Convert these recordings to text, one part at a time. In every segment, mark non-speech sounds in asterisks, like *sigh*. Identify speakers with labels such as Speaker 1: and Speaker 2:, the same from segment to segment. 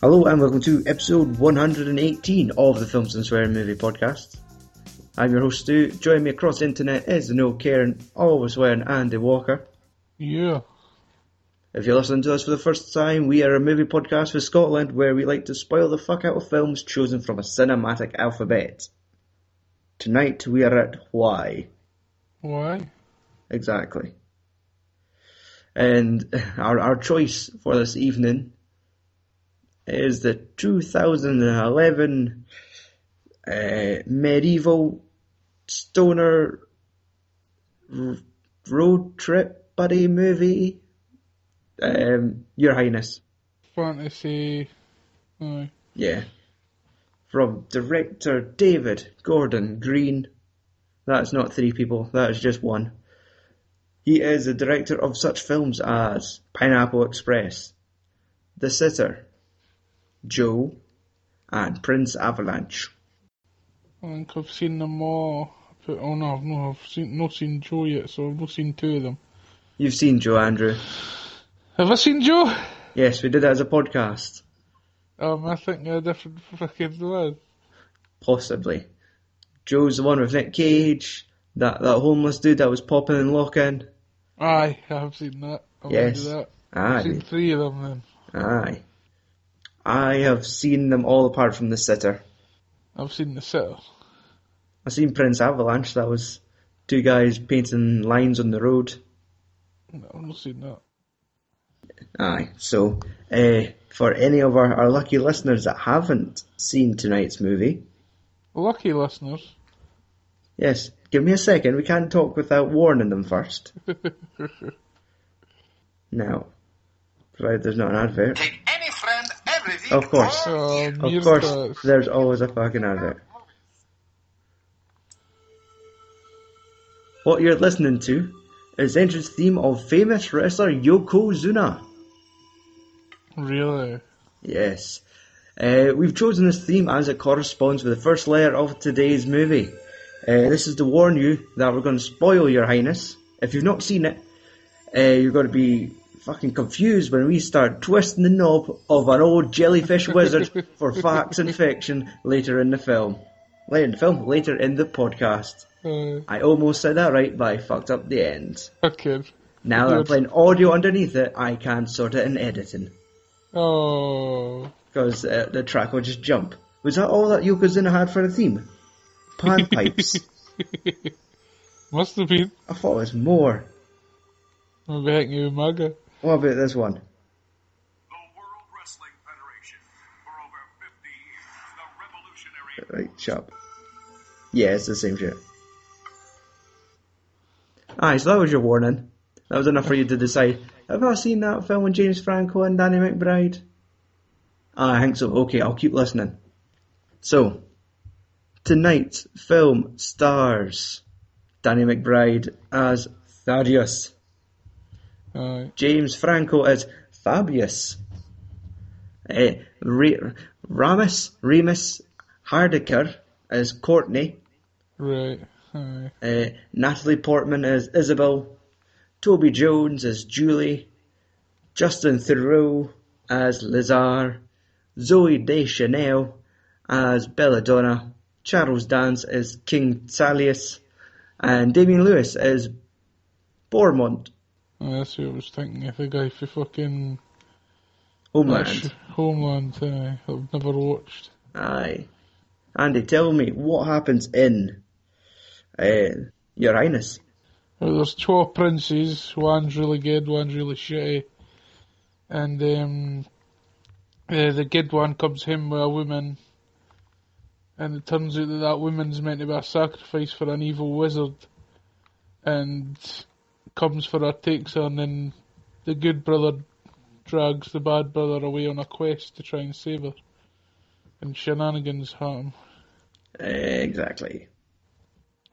Speaker 1: Hello and welcome to episode 118 of the Films and Swearing Movie Podcast. I'm your host Stu. Join me across the internet is the no Karen, always swearing Andy Walker.
Speaker 2: Yeah.
Speaker 1: If you're listening to us for the first time, we are a movie podcast for Scotland where we like to spoil the fuck out of films chosen from a cinematic alphabet. Tonight we are at Why.
Speaker 2: Why?
Speaker 1: Exactly. And our, our choice for this evening is the 2011 uh, medieval stoner r- road trip buddy movie. Um, Your Highness,
Speaker 2: Fantasy. No.
Speaker 1: yeah. From director David Gordon Green. That's not three people, that is just one. He is the director of such films as Pineapple Express, The Sitter, Joe, and Prince Avalanche.
Speaker 2: I think I've seen them all. But, oh no, I've no, I've seen, not seen Joe yet, so I've not seen two of them.
Speaker 1: You've seen Joe Andrew.
Speaker 2: Have I seen Joe?
Speaker 1: Yes, we did it as a podcast.
Speaker 2: Um, I think they're different fucking words.
Speaker 1: Possibly. Joe's the one with Nick Cage, that, that homeless dude that was popping and locking.
Speaker 2: Aye, I have seen that. I
Speaker 1: Yes.
Speaker 2: remember that. I've seen
Speaker 1: Aye,
Speaker 2: three of them then.
Speaker 1: aye. I have seen them all apart from The Sitter.
Speaker 2: I've seen the sitter.
Speaker 1: I seen Prince Avalanche, that was two guys painting lines on the road.
Speaker 2: No, I've not seen that.
Speaker 1: Aye, so uh, for any of our, our lucky listeners that haven't seen tonight's movie,
Speaker 2: Lucky listeners.
Speaker 1: Yes, give me a second. We can't talk without warning them first. now, provided there's not an advert.
Speaker 3: Take any friend every week.
Speaker 1: Of course.
Speaker 3: or
Speaker 2: Oh,
Speaker 1: Of course, there's always a fucking advert. What you're listening to is the entrance theme of famous wrestler Yokozuna.
Speaker 2: Really?
Speaker 1: Yes. Uh, we've chosen this theme as it corresponds with the first layer of today's movie. Uh, this is to warn you that we're going to spoil Your Highness. If you've not seen it, uh, you're going to be fucking confused when we start twisting the knob of our old jellyfish wizard for facts and fiction later in the film. Later in the film, later in the podcast.
Speaker 2: Uh,
Speaker 1: I almost said that right, but I fucked up the end.
Speaker 2: fucking.
Speaker 1: Now that I'm
Speaker 2: Good.
Speaker 1: playing audio underneath it, I can sort it in editing
Speaker 2: Oh.
Speaker 1: because uh, the track will just jump. Was that all that Yokozuna had for a theme? Panpipes.
Speaker 2: *laughs* Must have been.
Speaker 1: I thought it was more.
Speaker 2: Maybe I can give you a mugger.
Speaker 1: What about this one?
Speaker 3: The World Wrestling Federation. For over
Speaker 1: Right,
Speaker 3: 50 years, the revolutionary
Speaker 1: shut up. Yeah, it's the same shit. Aye, so that was your warning. That was enough for you to decide. Have I seen that film with James Franco and Danny McBride? Ah, I think so. Okay, I'll keep listening. So, tonight's film stars Danny McBride as Thaddeus.
Speaker 2: Aye.
Speaker 1: James Franco as Fabius. Eh, Re- Ramus Remus Hardiker as Courtney.
Speaker 2: Right. Aye.
Speaker 1: eh, Natalie Portman as Isabel. Toby Jones as Julie. Justin Thoreau as Lazar. Zoe Deschanel as Belladonna. Charles Dance as King Salius. And Damien Lewis as Bormont.
Speaker 2: Oh, that's what I was thinking. If the guy for fucking
Speaker 1: Homeland.
Speaker 2: Homeland, uh, I've never watched.
Speaker 1: Aye. Andy, tell me what happens in uh, Your Highness.
Speaker 2: Well, there's two princes. One's really good, one's really shitty. And um, uh, the good one comes him with a woman, and it turns out that that woman's meant to be a sacrifice for an evil wizard, and comes for her, takes her, and then the good brother drags the bad brother away on a quest to try and save her. And shenanigans happen.
Speaker 1: Eh, exactly.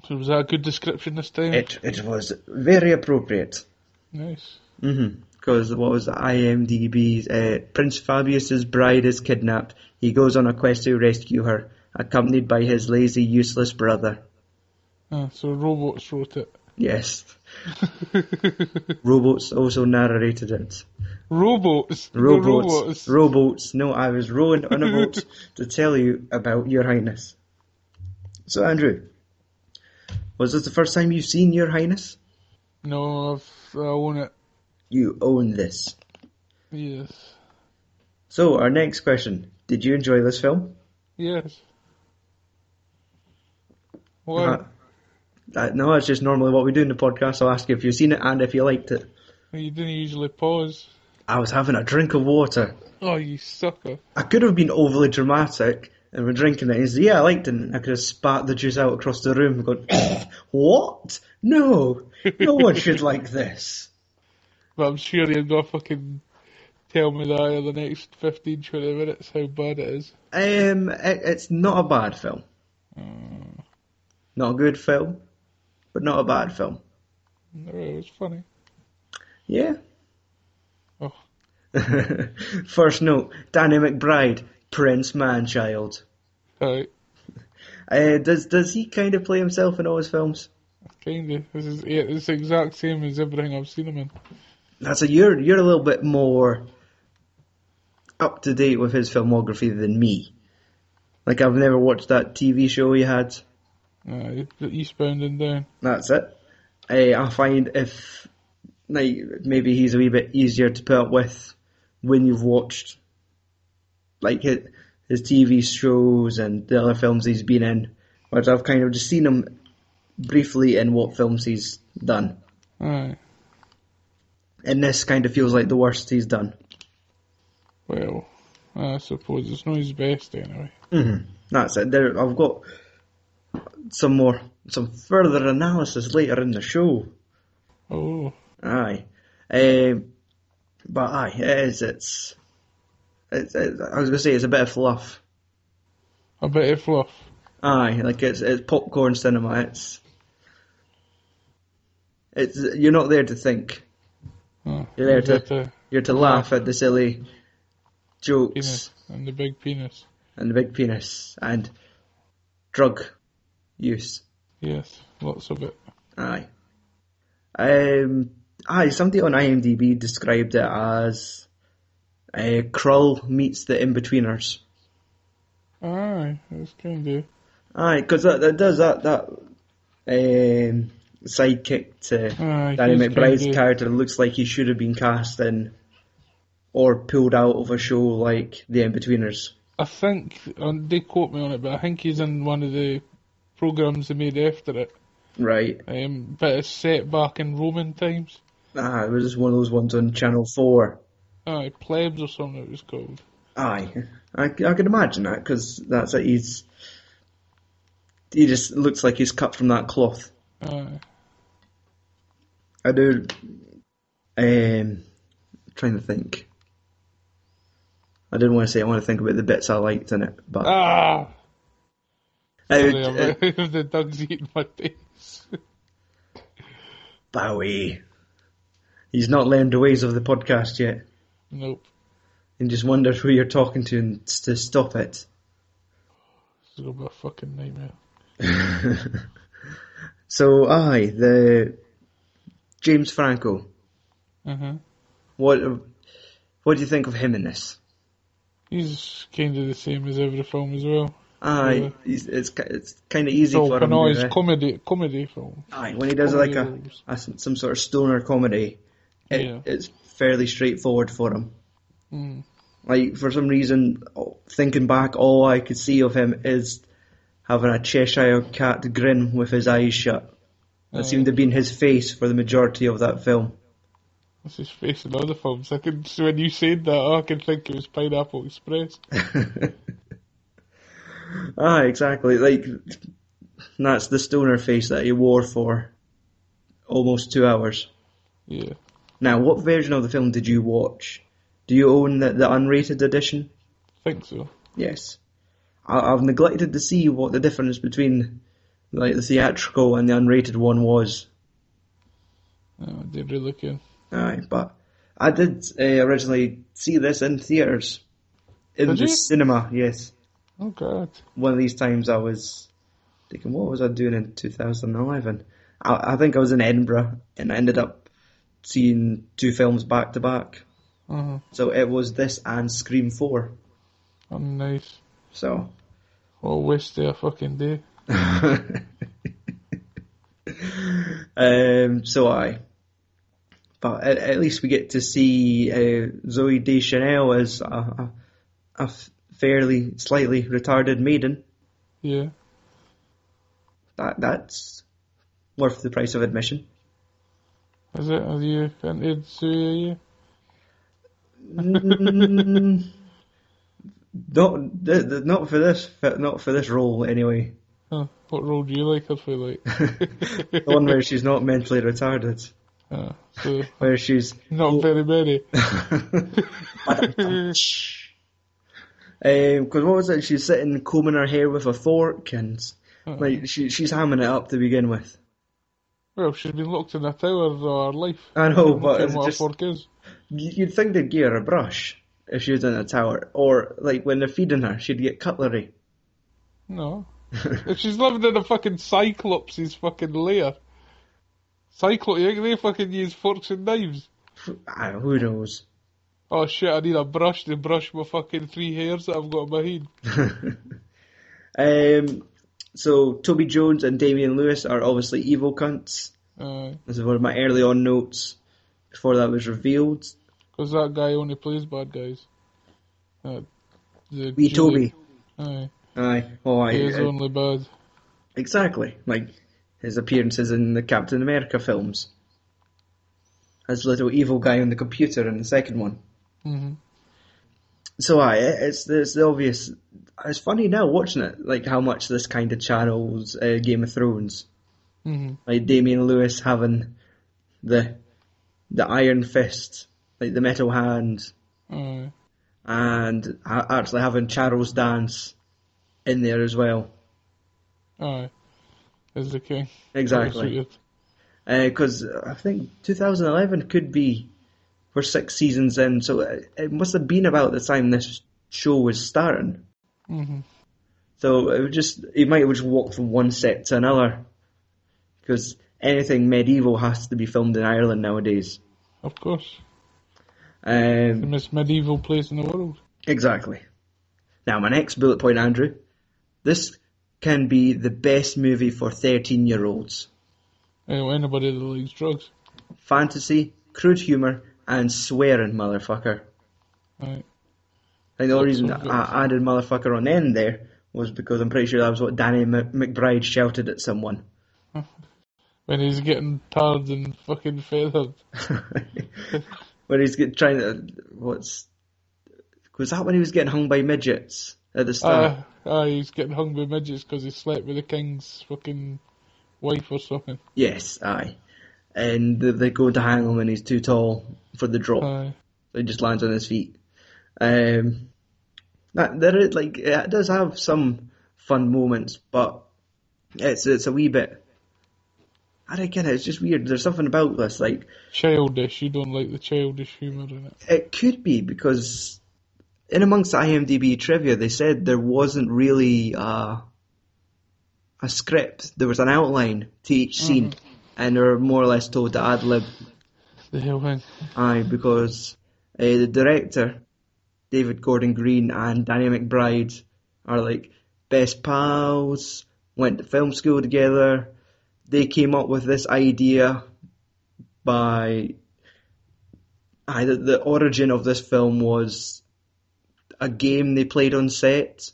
Speaker 2: So was that a good description this time?
Speaker 1: It it was very appropriate.
Speaker 2: Nice.
Speaker 1: Because Mm-hmm. what was the IMDb's uh, Prince Fabius's bride is kidnapped. He goes on a quest to rescue her, accompanied by his lazy, useless brother.
Speaker 2: Ah, so robots wrote it. *laughs*
Speaker 1: Yes. Robots also narrated it.
Speaker 2: Rowboats. The
Speaker 1: Rowboats.
Speaker 2: rowboats.
Speaker 1: Rowboats. No, I was rowing on a boat to tell you about Your Highness. So, Andrew, was this the first time you've seen Your Highness?
Speaker 2: no, I've, I own it.
Speaker 1: You own this.
Speaker 2: Yes.
Speaker 1: So, our next question Did you enjoy this film?
Speaker 2: Yes. Why?
Speaker 1: Uh, uh, no, that's just normally what we do in the podcast. I'll ask you if you've seen it and if you liked it.
Speaker 2: you didn't usually pause.
Speaker 1: I was having a drink of water.
Speaker 2: Oh, you sucker.
Speaker 1: I could have been overly dramatic and we're drinking it. He's yeah, I liked it. And I could have spat the juice out across the room, going, *coughs* "What? No, no one should like this."
Speaker 2: But I'm sure you're going to fucking tell me that in the next 15, 20 minutes how bad it is.
Speaker 1: Um, it, it's not a bad film.
Speaker 2: Mm,
Speaker 1: Not a good film, but not a bad film.
Speaker 2: No, it was funny.
Speaker 1: Yeah.
Speaker 2: Oh.
Speaker 1: *laughs* First note: Danny McBride, Prince Manchild.
Speaker 2: Alright,
Speaker 1: Uh, does does he kind of play himself in all his films?
Speaker 2: kinda. This is yeah, it's the exact same as everything I've seen him in.
Speaker 1: That's a you're you're a little bit more up to date with his filmography than me. Like I've never watched that TV show he had.
Speaker 2: Uh, the Eastbound and Down.
Speaker 1: That's it. Eh, I find if like maybe he's a wee bit easier to put up with when you've watched like his, his TV shows and the other films he's been in, whereas I've kind of just seen him briefly in what films he's done.
Speaker 2: Aye.
Speaker 1: And this kind of feels like the worst he's done.
Speaker 2: Well, I suppose it's not his best anyway.
Speaker 1: That's it. There, I've got some more, some further analysis later in the show.
Speaker 2: Oh,
Speaker 1: Aye, um, but aye, it is. It's, it's, it's. I was gonna say it's a bit of fluff.
Speaker 2: a bit of fluff.
Speaker 1: Aye, like it's it's popcorn cinema. It's, it's. You're not there to think.
Speaker 2: Oh,
Speaker 1: You're there to-
Speaker 2: the
Speaker 1: You're to laugh at the silly jokes
Speaker 2: penis and the big penis.
Speaker 1: and the big penis and drug use.
Speaker 2: Yes, lots of it.
Speaker 1: Aye. Um, aye, somebody on IMDb described it as uh, Krull meets the in-betweeners.
Speaker 2: Aye, it's kinda.
Speaker 1: Aye, because that, that does that, that um, sidekick to
Speaker 2: Aye,
Speaker 1: Danny
Speaker 2: he's
Speaker 1: McBride's
Speaker 2: kinda-
Speaker 1: character looks like he should have been cast in or pulled out of a show like The In-Betweeners.
Speaker 2: I think, and they quote me on it, but I think he's in one of the programs they made after it.
Speaker 1: Right.
Speaker 2: Um, but it's set back in Roman times.
Speaker 1: Ah, it was just one of those ones on Channel 4.
Speaker 2: Aye, plebs or something it was called.
Speaker 1: Aye, I, c- I can imagine that because that's it. He's he just looks like he's cut from that cloth.
Speaker 2: Aye.
Speaker 1: I do. Um, trying to think. I didn't want to say. I want to think about the bits I liked in it, but
Speaker 2: Ah!
Speaker 1: I would-
Speaker 2: Sorry, I'm
Speaker 1: uh,
Speaker 2: *laughs* the dog's eating my face. *laughs*
Speaker 1: Bowie. He's not learned the ways of the podcast yet,
Speaker 2: nope.
Speaker 1: and just wonders who you're talking to and s- to stop
Speaker 2: *laughs*
Speaker 1: it. *laughs*
Speaker 2: It's gonna be a fucking nightmare.
Speaker 1: So, aye, the James Franco.
Speaker 2: Uh huh.
Speaker 1: What what do you think of him in this?
Speaker 2: He's kind of the same as every film as well. Yeah.
Speaker 1: Aye, it's Uh, it's, ki- it's kind of easy
Speaker 2: Mm. So,
Speaker 1: for
Speaker 2: but
Speaker 1: him.
Speaker 2: no,
Speaker 1: to,
Speaker 2: it's
Speaker 1: uh,
Speaker 2: comedy, comedy film.
Speaker 1: aye, when he does like a, a some some sort of stoner comedy, it,
Speaker 2: Yeah.
Speaker 1: it's fairly straightforward for him.
Speaker 2: Mm.
Speaker 1: Like for some reason, oh, thinking back, all I could see of him is having a Cheshire cat grin with his eyes shut. That
Speaker 2: Aye.
Speaker 1: seemed to have been his face for the majority of that film.
Speaker 2: That's his face in other films. I could, so when you said that, oh, I could think it was Pineapple Express.
Speaker 1: *laughs* Ah, exactly. Like that's the stoner face that he wore for almost two hours.
Speaker 2: Yeah.
Speaker 1: Now, what version of the film did you watch? Do you own the, the unrated edition?
Speaker 2: think so.
Speaker 1: Yes. I, I've neglected to see what the difference between like the theatrical and the unrated one was.
Speaker 2: No, I didn't really care.
Speaker 1: Aye, but I did uh, originally see this in theaters, in
Speaker 2: Did
Speaker 1: the
Speaker 2: you?
Speaker 1: cinema. Yes,
Speaker 2: Oh, God.
Speaker 1: one of these times I was thinking, what was I doing in 2011? I, I think I was in Edinburgh and I ended up seeing two films back to back.
Speaker 2: Uh-huh.
Speaker 1: So it was this and Scream 4.
Speaker 2: Oh, nice.
Speaker 1: So. *laughs*
Speaker 2: What a waste of a fucking day.
Speaker 1: um, so I. But at, at least we get to see uh, Zoe Deschanel as a, a, a f- fairly, slightly retarded maiden.
Speaker 2: Yeah.
Speaker 1: That That's worth the price of admission.
Speaker 2: Is it? Are you into Suya?
Speaker 1: Mm, not, th- th- not for this, not for this role anyway.
Speaker 2: Huh. What role do you like her for?
Speaker 1: *laughs*
Speaker 2: Like,
Speaker 1: The one where she's not mentally retarded,
Speaker 2: uh, so
Speaker 1: where she's *laughs*
Speaker 2: not very many. *laughs*
Speaker 1: Because Um, what was it? She's sitting combing her hair with a fork, and
Speaker 2: Uh-huh.
Speaker 1: like she she's hamming it up to begin with.
Speaker 2: Well, she's been locked in a tower all her life.
Speaker 1: I know, but
Speaker 2: Fucking
Speaker 1: it's
Speaker 2: what a
Speaker 1: just,
Speaker 2: fork is.
Speaker 1: you'd think they'd give her a brush if she was in a tower, or like when they're feeding her, she'd get cutlery.
Speaker 2: No. *laughs* if she's living in a fucking Cyclops' fucking lair. Cyclops, you think they fucking use forks and knives?
Speaker 1: Ah, who knows?
Speaker 2: Oh shit, I need a brush to brush my fucking three hairs that I've got in my head.
Speaker 1: *laughs* Um, so Toby Jones and Damian Lewis are obviously evil cunts.
Speaker 2: Because
Speaker 1: This is one of my early on notes before that was revealed.
Speaker 2: that guy only plays bad guys. Uh, the
Speaker 1: Wee Toby.
Speaker 2: Julie- Aye,
Speaker 1: Aye, oh aye.
Speaker 2: he is
Speaker 1: uh,
Speaker 2: only bad.
Speaker 1: Exactly. Like his appearances in the Captain America films. As little evil guy on the computer in the second one.
Speaker 2: hmm
Speaker 1: So I, it's it's the obvious. It's funny now watching it, like how much this kind of channels uh, Game of Thrones.
Speaker 2: hmm
Speaker 1: Like Damien Lewis having the the iron fist, like the metal hand,
Speaker 2: Aye.
Speaker 1: and ha- actually having Charles dance in there as well.
Speaker 2: Aye. Is the king.
Speaker 1: Exactly.
Speaker 2: Suited.
Speaker 1: because I think 2011 could be we're six seasons in, so it, it must have been about the time this show was starting.
Speaker 2: Mhm.
Speaker 1: So it would just you might have just walked from one set to another, because anything medieval has to be filmed in Ireland nowadays.
Speaker 2: Of course. The
Speaker 1: Um,
Speaker 2: most medieval place in the world.
Speaker 1: exactly. Now my next bullet point, Andrew. This can be the best movie for 13 year olds.
Speaker 2: Anyway, anybody that likes drugs.
Speaker 1: Fantasy, crude humor, and swearing, motherfucker.
Speaker 2: Aye.
Speaker 1: I think the only reason
Speaker 2: Lots of
Speaker 1: I added motherfucker on end there was because I'm pretty sure that was what Danny Mc- McBride shouted at someone. *laughs*
Speaker 2: When he's getting tarred and fucking feathered.
Speaker 1: Where he's get, trying to. What's. Was that when he was getting hung by midgets at the start?
Speaker 2: Ah, ah, he's getting hung by midgets because he slept with the king's fucking wife or something.
Speaker 1: yes, aye. And they, they go to hang him and he's too tall for the drop.
Speaker 2: Aye.
Speaker 1: so he just lands on his feet. Um, that, there is, like, it does have some fun moments, but it's, it's a wee bit. I don't get it, it's just weird. There's something about this, like,
Speaker 2: Childish. You don't like the childish humour in it.
Speaker 1: It could be because in amongst the IMDb trivia, they said there wasn't really uh, a script. There was an outline to each scene, and they were more or less told to ad lib.
Speaker 2: The hell thing.
Speaker 1: Aye, because uh, the director, David Gordon Green and Danny McBride, are like best pals. Went to film school together. They came up with this idea by. Aye, the, the origin of this film was a game they played on set,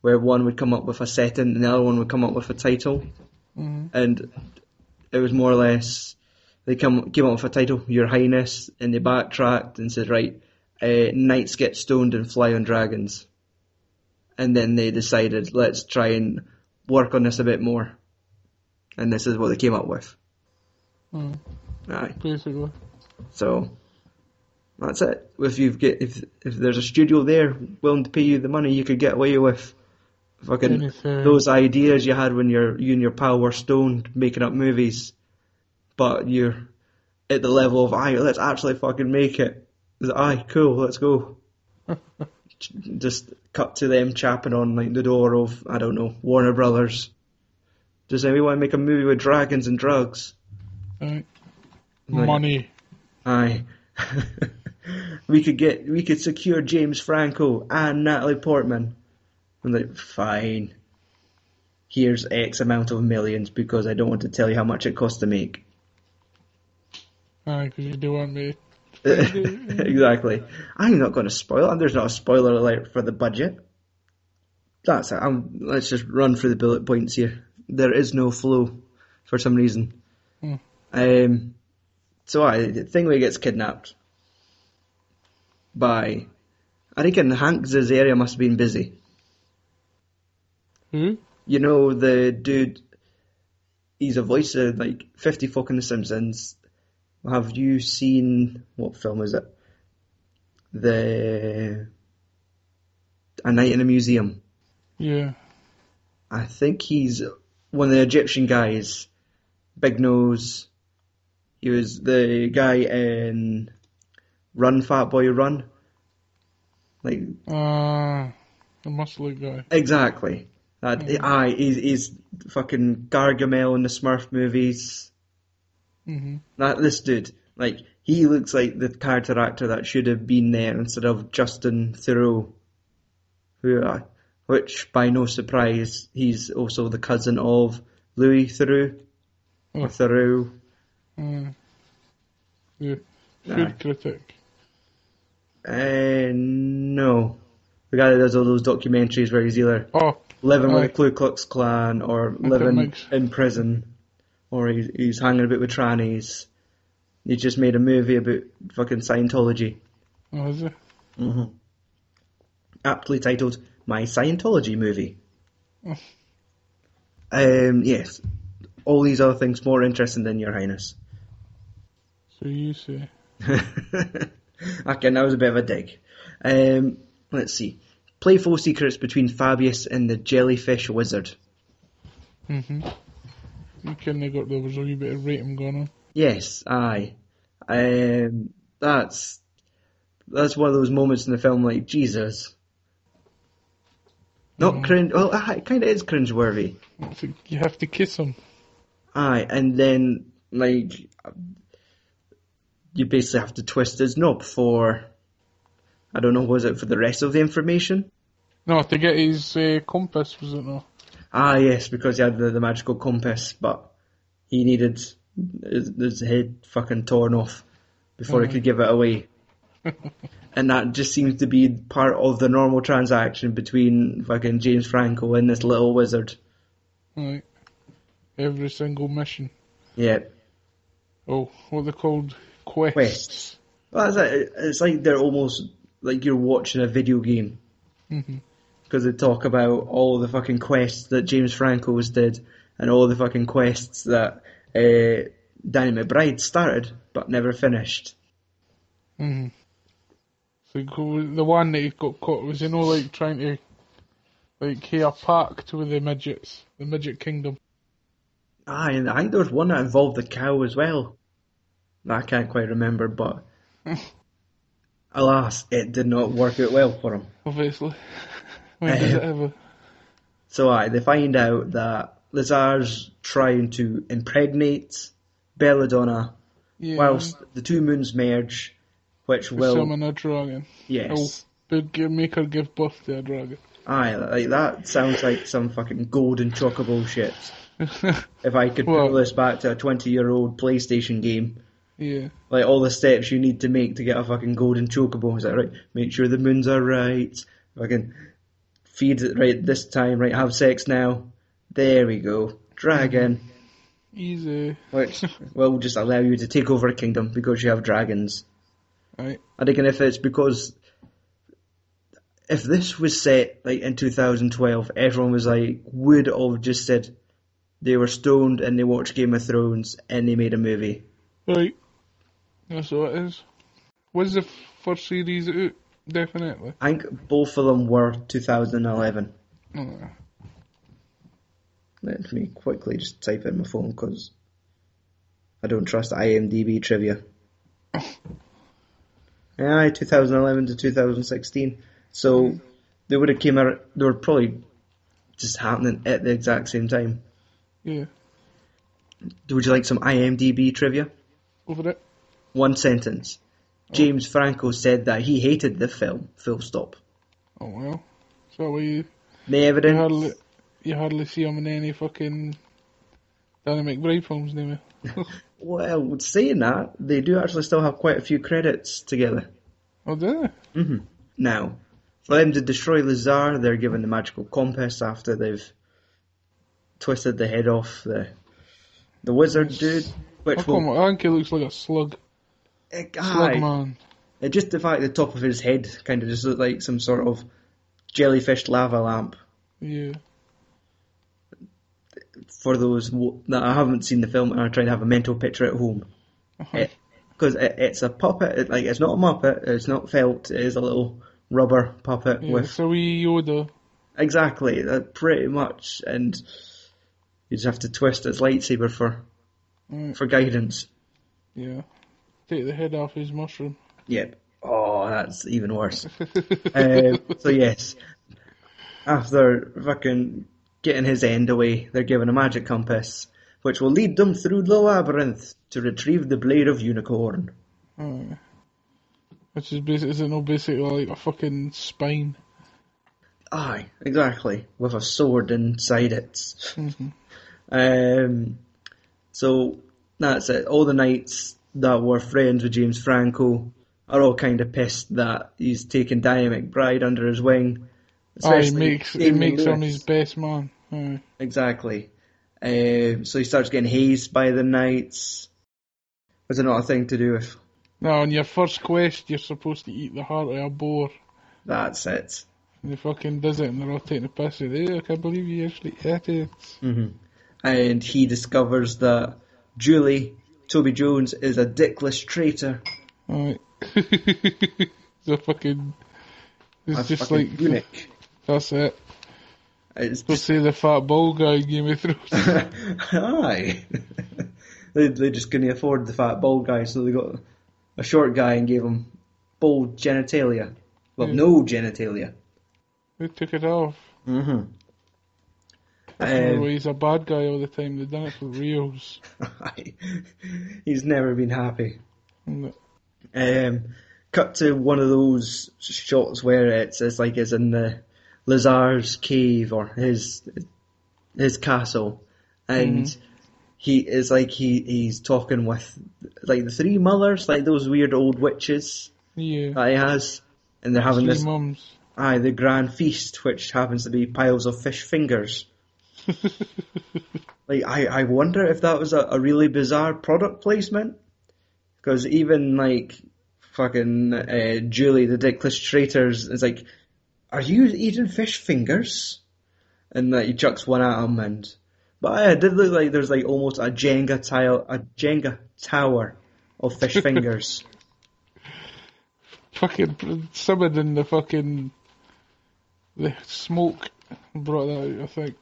Speaker 1: where one would come up with a setting and the other one would come up with a title,
Speaker 2: hmm
Speaker 1: and it was more or less they come came up with a title, Your Highness, and they backtracked and said, right, uh, knights get stoned and fly on dragons, and then they decided let's try and work on this a bit more, and this is what they came up with.
Speaker 2: Mm,
Speaker 1: Aye,
Speaker 2: basically.
Speaker 1: so that's it. If you get if if there's a studio there willing to pay you the money, you could get away with fucking
Speaker 2: Anything.
Speaker 1: those ideas you had when you're, you and your pal were stoned making up movies, but you're at the level of, aye, let's actually fucking make it. It's, Aye, cool, let's go. Just cut to them chapping on like the door of, I don't know, Warner Brothers. Does anyone make a movie with dragons and drugs?
Speaker 2: Aye.
Speaker 1: Like-
Speaker 2: Money.
Speaker 1: Aye. *laughs* we could get we could secure James Franco and Natalie Portman. I'm like, fine. Here's X amount of millions because I don't want to tell you how much it costs to make.
Speaker 2: Aye, because you do want me.
Speaker 1: *laughs* exactly. I'm not going to spoil. it. There's not a spoiler alert for the budget. That's it. I'm, let's just run through the bullet points here. There is no flow for some reason.
Speaker 2: Hmm.
Speaker 1: Um, so I, the thing where he gets kidnapped by, I reckon Hank Azaria must have been busy.
Speaker 2: Who?
Speaker 1: You know the dude. He's a voice of like fifty folk in The Simpsons. Have you seen what film is it? The A Night in a Museum.
Speaker 2: Yeah.
Speaker 1: I think he's one of the Egyptian guys. Big nose. He was the guy in Run Fat Boy Run. Like
Speaker 2: Uh, the muscle guy.
Speaker 1: Exactly. That
Speaker 2: Mhm.
Speaker 1: aye, he's, he's fucking Gargamel in the Smurf movies.
Speaker 2: hmm
Speaker 1: That this dude, like he looks like the character actor that should have been there instead of Justin Theroux, who, I- which by no surprise, he's also the cousin of Louis Theroux. Or
Speaker 2: Oh.
Speaker 1: Theroux.
Speaker 2: Uh, yeah. Food
Speaker 1: Aye.
Speaker 2: critic.
Speaker 1: Uh, no, the guy that does all those documentaries where he's either
Speaker 2: Oh,
Speaker 1: living with
Speaker 2: Aye.
Speaker 1: the Ku Klux Klan or
Speaker 2: it
Speaker 1: living
Speaker 2: makes-
Speaker 1: in prison or he's, he's hanging about with trannies. He just made a movie about fucking Scientology,
Speaker 2: oh, is it?
Speaker 1: Mm-hmm. aptly titled My Scientology Movie. um, yes, all these other things more interesting than Your Highness. *laughs*
Speaker 2: So you say.
Speaker 1: okay, that was a bit of a dig. Um, let's see. Playful secrets between Fabius and the jellyfish wizard.
Speaker 2: hmm You kind of got there was a wee bit of rating going on.
Speaker 1: Yes, aye. Um, that's that's one of those moments in the film, like Jesus. Not
Speaker 2: Mhm.
Speaker 1: cringe. Well, aye, it kind of is cringeworthy.
Speaker 2: It's like you have to kiss him.
Speaker 1: Aye, and then like you basically have to twist his knob for I don't know, was it for the rest of the information?
Speaker 2: No, to get his uh, compass, was it no?
Speaker 1: Ah, yes, because he had the, the magical compass, but he needed his, his head fucking torn off before he could give it away. and that just seems to be part of the normal transaction between fucking James Franco and this little wizard.
Speaker 2: Right. Every single mission.
Speaker 1: Yeah.
Speaker 2: Oh, what they're called quests.
Speaker 1: Quests. Well, that's it. It's like they're almost like you're watching a video game.
Speaker 2: hmm
Speaker 1: because they talk about all the fucking quests that James Franco's did and all the fucking quests that uh, Danny McBride started but never finished.
Speaker 2: hmm So go- the one that he got caught was, you know, like trying to, like, he a pact with the midgets, the midget kingdom.
Speaker 1: Ah, and I think there was one that involved the cow as well. I can't quite remember, but alas, it did not work out well for him.
Speaker 2: Obviously, *laughs* when does it ever?
Speaker 1: So aye, they find out that Lazar's trying to impregnate Belladonna
Speaker 2: Yeah,
Speaker 1: whilst the two moons merge, which
Speaker 2: well,
Speaker 1: will
Speaker 2: summon a dragon.
Speaker 1: yes.
Speaker 2: Big make her give birth to a dragon. *laughs*
Speaker 1: Aye, like that sounds like some fucking golden chocobo shit. If I could
Speaker 2: Well-
Speaker 1: pull this back to a twenty-year-old PlayStation game,
Speaker 2: yeah,
Speaker 1: like all the steps you need to make to get a fucking golden chocobo, is that right? Make sure the moons are right. Fucking feed it right this time. Right, have sex now. There we go. Dragon,
Speaker 2: easy.
Speaker 1: which will just allow you to take over a kingdom because you have dragons.
Speaker 2: Right.
Speaker 1: I reckon if it's because if this was set like in 2012, everyone was like would have just said they were stoned and they watched Game of Thrones and they made a movie.
Speaker 2: Right. That's what it is. Was the f- first series out? Definitely.
Speaker 1: I think both of them were 2011.
Speaker 2: Uh,
Speaker 1: Let me quickly just type in my phone because I don't trust IMDb trivia. Aye, 2011 to 2016. So they would have came out. They were probably just happening at the exact same time.
Speaker 2: yeah.
Speaker 1: Would you like some IMDb trivia?
Speaker 2: Over it.
Speaker 1: One sentence. James Franco said that he hated the film, full stop.
Speaker 2: Oh well. So we
Speaker 1: The
Speaker 2: you
Speaker 1: evidence.
Speaker 2: hardly you hardly see him in any fucking Danny McBride films now.
Speaker 1: Well, saying that, they do actually still have quite a few credits together.
Speaker 2: Oh do they?
Speaker 1: Now, for them to destroy the Tsar, they're given the magical compass after they've twisted the head off the the wizard dude.
Speaker 2: How
Speaker 1: Which
Speaker 2: Oh, come
Speaker 1: will,
Speaker 2: I think he looks like a slug.
Speaker 1: Eh,
Speaker 2: Slug
Speaker 1: aye,
Speaker 2: man.
Speaker 1: Eh, just the fact the top of his head kind of just looked like some sort of jellyfish lava lamp.
Speaker 2: Yeah.
Speaker 1: For those wo- that I haven't seen the film and are trying to have a mental picture at home,
Speaker 2: Uh-huh.
Speaker 1: because it, it's a puppet. It, like it's not a muppet. It's not felt. It is a little rubber puppet
Speaker 2: yeah.
Speaker 1: with
Speaker 2: It's a wee Yoda.
Speaker 1: Exactly, that pretty much, and you just have to twist its lightsaber for
Speaker 2: Mm.
Speaker 1: for guidance.
Speaker 2: Yeah. Take the head off his mushroom. *laughs*
Speaker 1: Yep. Oh, that's even worse. um, so yes, after fucking getting his end away, they're given a magic compass, which will lead them through the labyrinth to retrieve the blade of unicorn.
Speaker 2: Aye. Which is basically, is it not basically like a fucking spine?
Speaker 1: Aye, exactly. With a sword inside it.
Speaker 2: Mm-hmm.
Speaker 1: um, so that's it. All the knights that were friends with James Franco are all kind of pissed that he's taken Diane McBride under his wing.
Speaker 2: Aye, he
Speaker 1: especially
Speaker 2: makes he
Speaker 1: Damien
Speaker 2: makes him
Speaker 1: Lewis.
Speaker 2: his best man. Aye.
Speaker 1: Exactly. Um, so he starts getting hazed by the knights. Was it not a thing to do with?
Speaker 2: Now on your first quest you're supposed to eat the heart of a boar.
Speaker 1: That's it.
Speaker 2: And he fucking does it and they're all taking a piss at it. I can't believe he actually ate it.
Speaker 1: and he discovers that Julie Toby Jones is a dickless traitor.
Speaker 2: Alright. *laughs* the fucking it's
Speaker 1: A
Speaker 2: just
Speaker 1: fucking
Speaker 2: like
Speaker 1: eunuch.
Speaker 2: that's it.
Speaker 1: It's
Speaker 2: They'll
Speaker 1: just
Speaker 2: say the fat ball guy in Game of Thrones.
Speaker 1: *laughs* aye. *laughs* they they just couldn't afford the fat bald guy, so they got a short guy and gave him bald genitalia. Well,
Speaker 2: Yeah.
Speaker 1: no genitalia.
Speaker 2: *laughs* they took it off.
Speaker 1: Mm-hmm. Um,
Speaker 2: Anyway, he's a bad guy all the time, they've done it for reals.
Speaker 1: *laughs* he's never been happy.
Speaker 2: And the-
Speaker 1: Um, cut to one of those shots where it's, it's like it's in the Lazar's cave or his his castle, and he is like he he's talking with like the three mothers, like those weird old witches
Speaker 2: Yeah.
Speaker 1: that he has, and they're having
Speaker 2: Three
Speaker 1: this
Speaker 2: mums. *laughs*
Speaker 1: aye the grand feast, which happens to be piles of fish fingers. Like I, I wonder if that was a, a really bizarre product placement, because even like fucking uh, Julie the Dickless Traitors is like, are you eating fish fingers? And like he chucks one at him, and but yeah, it did look like there's like almost a Jenga tile, a Jenga tower of fish fingers.
Speaker 2: fucking someone in the fucking the smoke brought that out. I think.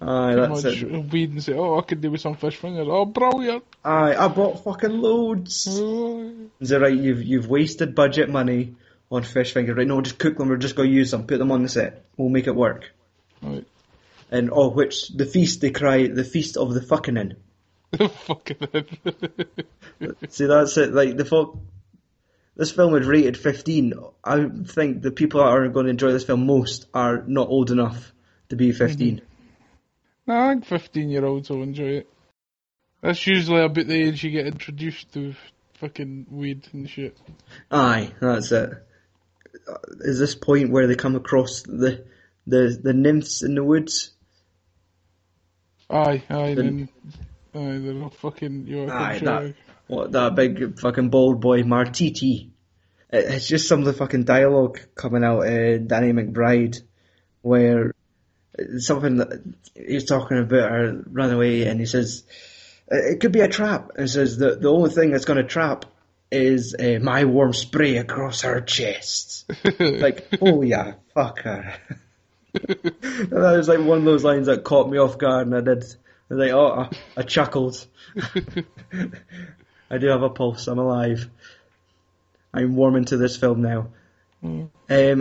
Speaker 1: Aye, that's
Speaker 2: Much
Speaker 1: it.
Speaker 2: weed and say, "Oh, I could do with some fish fingers." Oh, brilliant!
Speaker 1: Aye, I bought fucking loads.
Speaker 2: Oh,
Speaker 1: Is it right? You've you've wasted budget money on fish fingers. Right? No, just cook them. We're just gonna use them. Put them on the set. We'll make it work.
Speaker 2: right.
Speaker 1: and of which the feast they cry the feast of the fucking
Speaker 2: *laughs* fucking *laughs* hell.
Speaker 1: See that's it. Like the fuck, this film is rated fifteen. I think the people that are going to enjoy this film most are not old enough to be 15
Speaker 2: no, I think fifteen-year-olds will enjoy it. That's usually about the age you get introduced to fucking weed and shit.
Speaker 1: Aye, that's it. Is this point where they come across the the the nymphs in the woods?
Speaker 2: Aye, aye, then. Aye, they're all fucking. You're
Speaker 1: Aye, that what that big fucking bald boy Martiti. It- It's just some of the fucking dialogue coming out uh, Danny McBride, where it's something that he's talking about her runaway, and he says "It- it could be a trap. And he says the the only thing that's going to trap is uh, my warm spray across her chest. *laughs*
Speaker 2: *laughs*
Speaker 1: like, oh yeah, fucker. *laughs* and that was like one of those lines that caught me off guard, and I did. I was like, oh, I, I chuckled. *laughs* I do have a pulse. I'm alive. I'm warming to this film now. Um,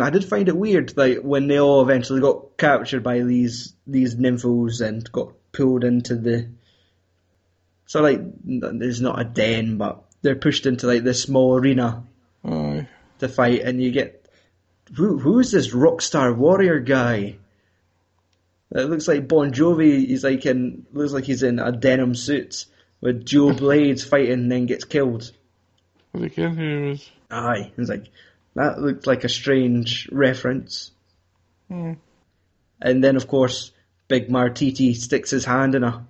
Speaker 1: I did find it weird, like when they all eventually got captured by these these nymphos and got pulled into the. So like, n- it's not a den, but they're pushed into like this small arena
Speaker 2: Aye.
Speaker 1: to fight, and you get who who's this rock star warrior guy? It looks like Bon Jovi. He's like in looks like he's in a denim suit with dual blades fighting, and then gets killed.
Speaker 2: They can hear us.
Speaker 1: Aye, it's like that looked like a strange reference.
Speaker 2: Hmm.
Speaker 1: And then of course, Big Martiti sticks his hand in a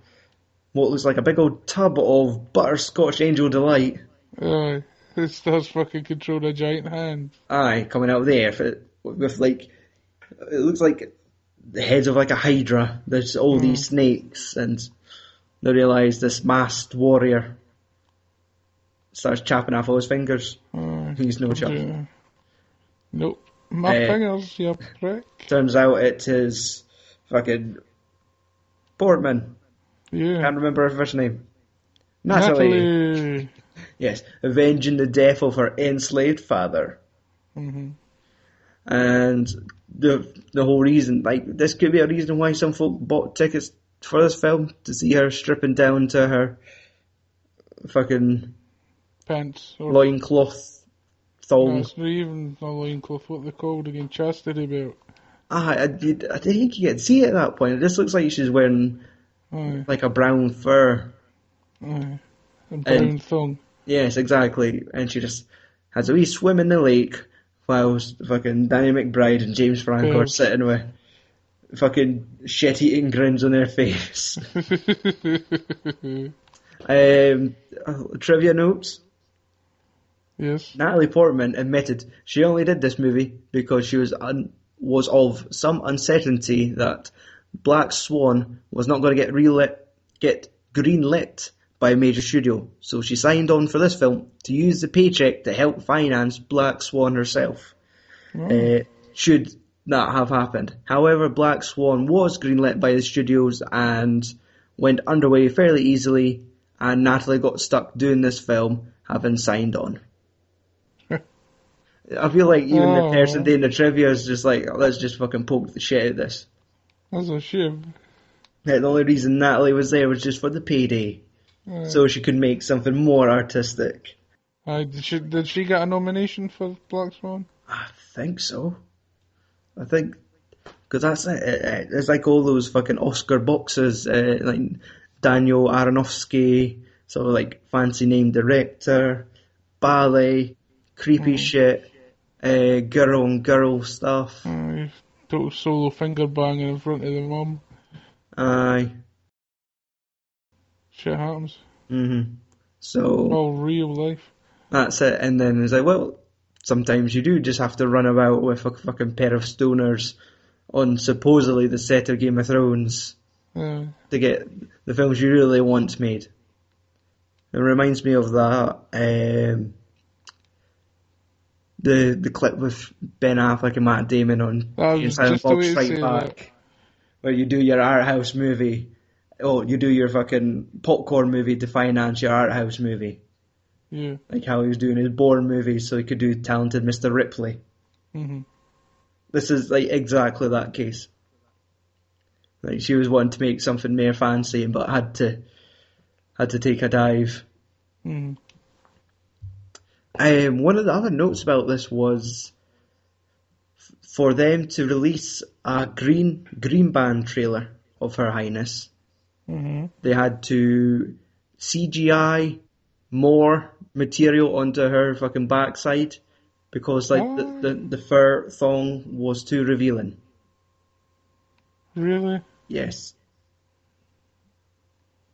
Speaker 1: what looks like a big old tub of butterscotch angel delight.
Speaker 2: Aye. It starts fucking controlling a giant hand.
Speaker 1: Aye, coming out of there for, with like it looks like the heads of like a hydra. There's all
Speaker 2: Hmm.
Speaker 1: these snakes, and they realise this masked warrior starts chopping off all his fingers.
Speaker 2: Aye.
Speaker 1: He's no chump.
Speaker 2: Mm-hmm. Yeah. Nope. My
Speaker 1: Eh.
Speaker 2: fingers, you prick.
Speaker 1: Turns out it is fucking Portman.
Speaker 2: Yeah.
Speaker 1: Can't remember her first name. Natalie.
Speaker 2: Natalie.
Speaker 1: Yes, avenging the death of her enslaved father.
Speaker 2: hmm
Speaker 1: and the the whole reason like this could be a reason why some folk bought tickets for this film to see her stripping down to her fucking
Speaker 2: Pants. Or
Speaker 1: loincloth
Speaker 2: No,
Speaker 1: thong.
Speaker 2: it's not even a loincloth. What they called again? Chastity belt.
Speaker 1: Ah, I, did, I didn't think you could see it at that point. It just looks like she's wearing
Speaker 2: Aye.
Speaker 1: like a brown fur.
Speaker 2: Aye. And brown thong. *laughs*
Speaker 1: Yes, exactly. And she just has a wee swim in the lake whilst fucking Danny McBride and James Franco are
Speaker 2: Yes.
Speaker 1: sitting with fucking shit-eating grins on their *laughs* face. Um, uh, trivia notes.
Speaker 2: yes.
Speaker 1: Natalie Portman admitted she only did this movie because she was un- was of some uncertainty that Black Swan was not going to get relit get greenlit by a major studio, so she signed on for this film to use the paycheck to help finance Black Swan herself. Uh, should that have happened, however, Black Swan was greenlit by the studios and went underway fairly easily, and Natalie got stuck doing this film, having signed on. I feel like even the
Speaker 2: Oh.
Speaker 1: person doing the trivia is just like, "Oh, let's just fucking poke the shit out of this.
Speaker 2: That's a shame.
Speaker 1: Yeah, the only reason Natalie was there was just for the payday,
Speaker 2: Aye.
Speaker 1: so she could make something more artistic.
Speaker 2: Aye, did she did she get a nomination for Black Swan?
Speaker 1: I think so. I think because that's it. It- it- It's like all those fucking Oscar boxes, uh, like Daniel Aronofsky, sort of like fancy name director, ballet, creepy shit, uh, girl on girl stuff.
Speaker 2: Aye. Total solo finger banging in front of the mum.
Speaker 1: Aye.
Speaker 2: Shit happens.
Speaker 1: hmm So
Speaker 2: All real life.
Speaker 1: that's it. And then it's like, well, sometimes you do just have to run about with a fucking pair of stoners on supposedly the set of Game of Thrones.
Speaker 2: Aye.
Speaker 1: to get the films you really want made. It reminds me of that um, the the clip with Ben Affleck and Matt Damon on
Speaker 2: I was
Speaker 1: Silent
Speaker 2: just
Speaker 1: Bob
Speaker 2: about to
Speaker 1: Strike
Speaker 2: say
Speaker 1: Back, where you do your art house movie, or you do your fucking popcorn movie to finance your art house movie,
Speaker 2: yeah.
Speaker 1: like how he was doing his Bourne movie so he could do Talented Mr. Ripley.
Speaker 2: hmm
Speaker 1: This is like exactly that case. Like she was wanting to make something more fancy, but had to had to take a dive.
Speaker 2: hmm
Speaker 1: Um, one of the other notes about this was f- for them to release a green green band trailer of Her Highness.
Speaker 2: hmm
Speaker 1: They had to CGI more material onto her fucking backside because like the, the, the fur thong was too revealing.
Speaker 2: Really?
Speaker 1: Yes.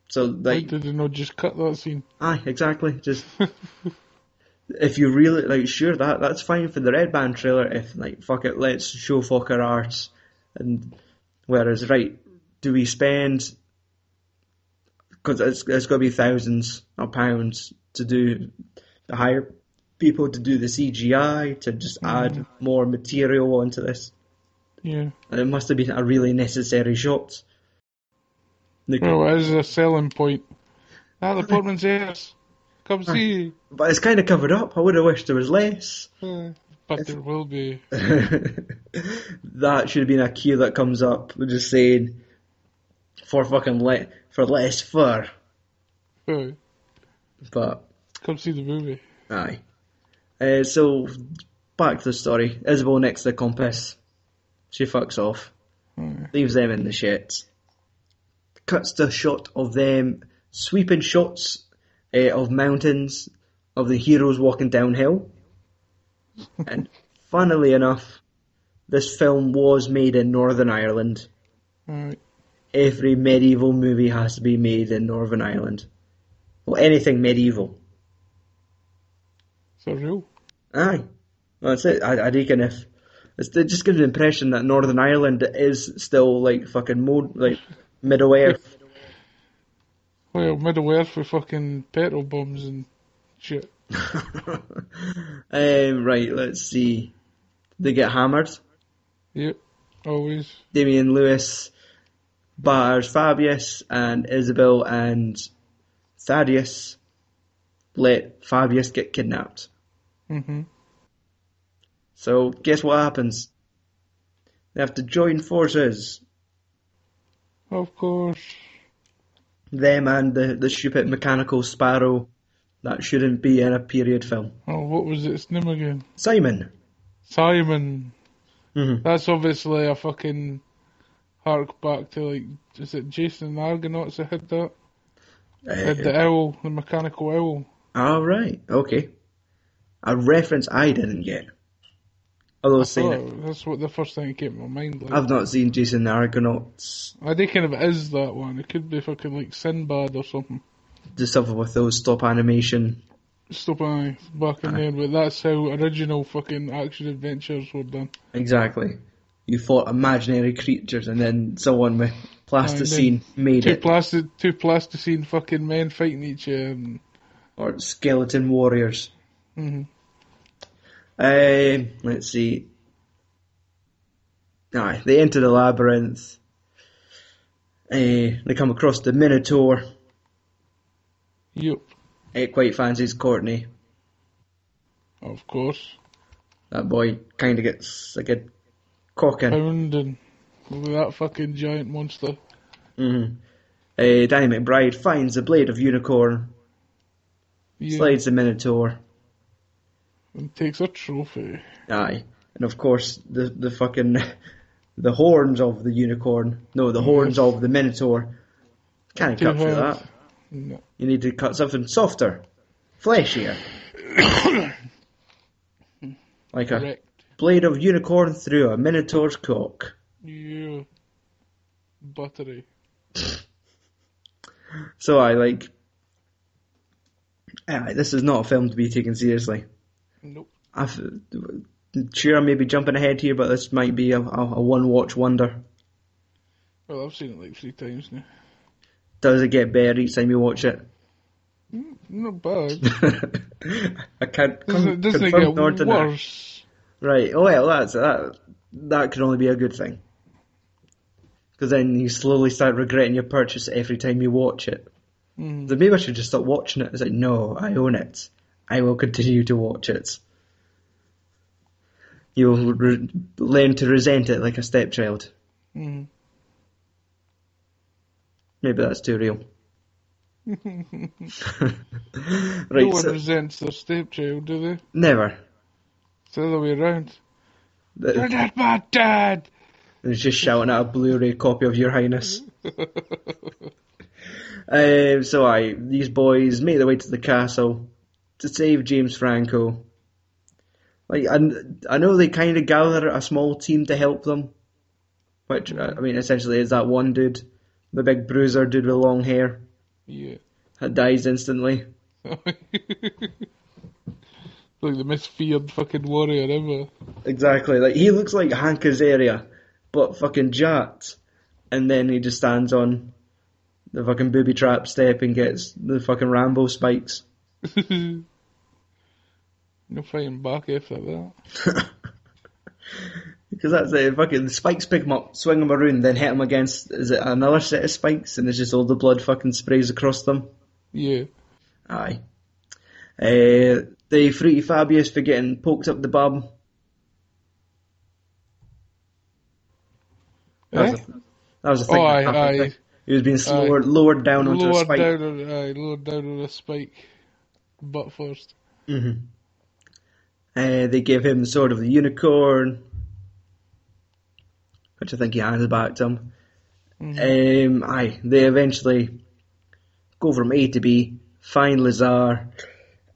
Speaker 1: So
Speaker 2: Why
Speaker 1: like
Speaker 2: did they not just cut that scene?
Speaker 1: Aye, exactly. Just *laughs* if you really like, sure that that's fine for the red band trailer. If like, fuck it, let's show fucker arts. And whereas, right, do we spend? Because it's it's going to be thousands of pounds to do to hire people to do the CGI to just add more material onto this.
Speaker 2: Yeah.
Speaker 1: And it must have been a really necessary shot. They could-
Speaker 2: Well, it is a selling point. Ah, the Portman's ass. Come see.
Speaker 1: But it's kind of covered up. I would have wished there was less.
Speaker 2: Uh, but there will be.
Speaker 1: *laughs* that should have been a cue that comes up. We're just saying for fucking le- for less fur,
Speaker 2: Aye.
Speaker 1: but
Speaker 2: Come see the movie.
Speaker 1: Aye. Uh, so back to the story. Isabel next to the compass. She fucks off. Leaves them in the shit. Cuts to a shot of them sweeping shots uh, of mountains, of the heroes walking downhill. and funnily enough, this film was made in Northern Ireland.
Speaker 2: Alright.
Speaker 1: Every medieval movie has to be made in Northern Ireland. Well, anything medieval.
Speaker 2: So real.
Speaker 1: Aye, well, that's it. I, I reckon if it's, it just gives the impression that Northern Ireland is still like fucking mode like Middle Earth.
Speaker 2: Well, Middle Earth with fucking petrol bombs and shit.
Speaker 1: um, right, let's see. They get hammered.
Speaker 2: Yep. Always.
Speaker 1: Damien Lewis bars Fabius and Isabel and Thaddeus let Fabius get kidnapped.
Speaker 2: hmm
Speaker 1: So guess what happens? They have to join forces.
Speaker 2: Of course.
Speaker 1: them and the, the stupid mechanical sparrow that shouldn't be in a period film.
Speaker 2: Oh, what was its name again?
Speaker 1: Simon.
Speaker 2: Simon.
Speaker 1: Mhm.
Speaker 2: That's obviously a fucking hark back to like, is it Jason and the Argonauts that had that? Had the owl, the mechanical owl.
Speaker 1: Uh, all right, okay. A reference I didn't get. Although I've seen it.
Speaker 2: Oh, that's what the first thing that came to my mind. Like,
Speaker 1: I've not seen Jason the Argonauts.
Speaker 2: I reckon if it is that one, it could be fucking like Sinbad or something.
Speaker 1: Do something with those stop animation.
Speaker 2: Stop by back in there, but that's how original fucking action adventures were done.
Speaker 1: Exactly. You fought imaginary creatures and then someone with plasticine made
Speaker 2: Two
Speaker 1: it.
Speaker 2: plastic, two plasticine fucking men fighting each um, other. And,
Speaker 1: or skeleton warriors.
Speaker 2: mhm.
Speaker 1: Um, let's see. Aye, they enter the labyrinth. Uh, they come across the Minotaur.
Speaker 2: Yep,
Speaker 1: It quite fancies Courtney.
Speaker 2: of course.
Speaker 1: That boy kind of gets like a cocking.
Speaker 2: Pounding with that fucking giant monster.
Speaker 1: Mm-hmm. Uh, Danny McBride finds the blade of unicorn,
Speaker 2: Yeah,
Speaker 1: slides the Minotaur.
Speaker 2: and takes a trophy.
Speaker 1: Aye, and of course the the fucking *laughs* the horns of the unicorn. No, the horns of the Minotaur. Can't
Speaker 2: Too
Speaker 1: cut through
Speaker 2: hard.
Speaker 1: that.
Speaker 2: No.
Speaker 1: You need to cut something softer,
Speaker 2: *coughs*
Speaker 1: fleshier. like a
Speaker 2: Correct.
Speaker 1: blade of unicorn through a minotaur's cock.
Speaker 2: Yeah. Buttery.
Speaker 1: So I like. Aye, this is not a film to be taken seriously.
Speaker 2: Nope.
Speaker 1: I've, sure, I may be jumping ahead here, but this might be a, a, a one watch wonder.
Speaker 2: Well, I've seen it like three times now.
Speaker 1: Does it get better each time you watch it? *laughs*
Speaker 2: Mm, Not bad.
Speaker 1: I can't
Speaker 2: *laughs* Doesn't,
Speaker 1: con-
Speaker 2: doesn't it
Speaker 1: confirm nor
Speaker 2: get
Speaker 1: deny.
Speaker 2: worse?
Speaker 1: Right. Oh well, that's that. That can only be a good thing. Because then you slowly start regretting your purchase every time you watch it.
Speaker 2: Mhm.
Speaker 1: So maybe I should just stop watching it. It's like, no, I own it. I will continue to watch it. You'll re- learn to resent it like a stepchild.
Speaker 2: Mhm.
Speaker 1: Maybe that's too
Speaker 2: *laughs*
Speaker 1: real. *laughs*
Speaker 2: No
Speaker 1: right,
Speaker 2: one
Speaker 1: so-
Speaker 2: resents their stepchild, do they?
Speaker 1: never.
Speaker 2: It's the other way around. You're
Speaker 1: Th-
Speaker 2: not my dad!
Speaker 1: It's just shouting at a Blu-ray copy of Your Highness. um, so I, these boys make their way to the castle to save James Franco. Like, I, I know they kind of gather a small team to help them, which uh, I I mean, essentially is that one dude, the big bruiser dude with long hair,
Speaker 2: *laughs* Yeah. *laughs*
Speaker 1: that dies instantly.
Speaker 2: like the most feared fucking warrior ever. *laughs*
Speaker 1: Exactly. Like he looks like Hank Azaria, but fucking jacked. And then he just stands on the fucking booby trap step and gets the fucking Rambo spikes.
Speaker 2: no fighting back after that.
Speaker 1: Because that's it. Fucking the spikes pick him up, swing him around, then hit him against is it another set of spikes, and it's just all the blood fucking sprays across them.
Speaker 2: Yeah.
Speaker 1: Aye. Uh, they free Fabius for getting poked up the bum. That
Speaker 2: Eh?
Speaker 1: was, a, that was a thing.
Speaker 2: Oh,
Speaker 1: that
Speaker 2: aye,
Speaker 1: happened.
Speaker 2: aye.
Speaker 1: He was being lowered, lowered down onto a
Speaker 2: Lower
Speaker 1: spike.
Speaker 2: down on, aye, lower down on a spike. butt first. *laughs*
Speaker 1: Mm-hmm. Uh, they give him the sword of the unicorn, which I think he handed back to him. Um, aye, they eventually go from A to B, find Lazar,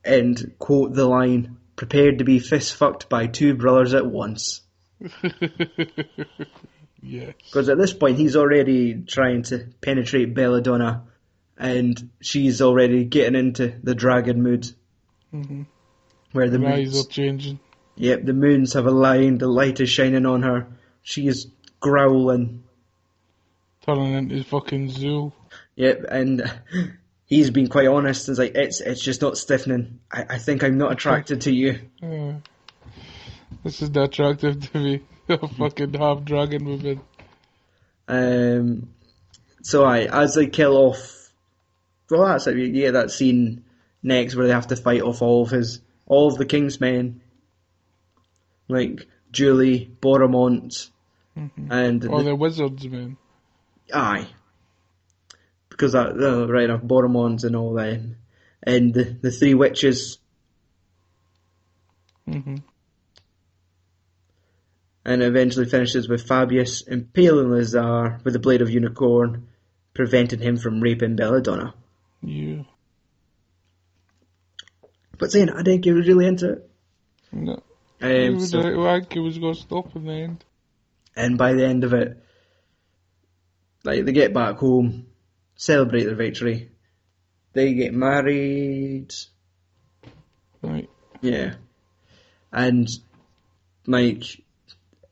Speaker 1: and quote the line, prepared to be fist fucked by two brothers at once.
Speaker 2: Yes.
Speaker 1: Because at this point, he's already trying to penetrate Belladonna, and she's already getting into the dragon mood. Where the
Speaker 2: Eyes
Speaker 1: moons,
Speaker 2: are changing.
Speaker 1: yep, the moons have aligned. The light is shining on her. She is growling.
Speaker 2: Turning into fucking Zool.
Speaker 1: Yep, and *laughs* he's been quite honest. He's like, it's it's just not stiffening. I, I think I'm not attracted to you.
Speaker 2: Uh, this is not attractive to me. *laughs* A fucking half dragon woman.
Speaker 1: Um, so I, as they kill off, well, that's it. You get that scene next where they have to fight off all of his, all of the king's men, like Julie, Boromont, and
Speaker 2: Or
Speaker 1: the-
Speaker 2: the wizards, man.
Speaker 1: aye, because that uh, right enough, Boromont's and all them, and the, the three witches,
Speaker 2: hmm
Speaker 1: and eventually finishes with Fabius impaling Lazar with the blade of unicorn, preventing him from raping Belladonna.
Speaker 2: You.
Speaker 1: But saying I think he was really into it.
Speaker 2: No. He
Speaker 1: Um,
Speaker 2: was
Speaker 1: so-
Speaker 2: like, like he was going to stop in the end.
Speaker 1: and by the end of it, like they get back home, celebrate their victory, they get married,
Speaker 2: Right.
Speaker 1: yeah, and like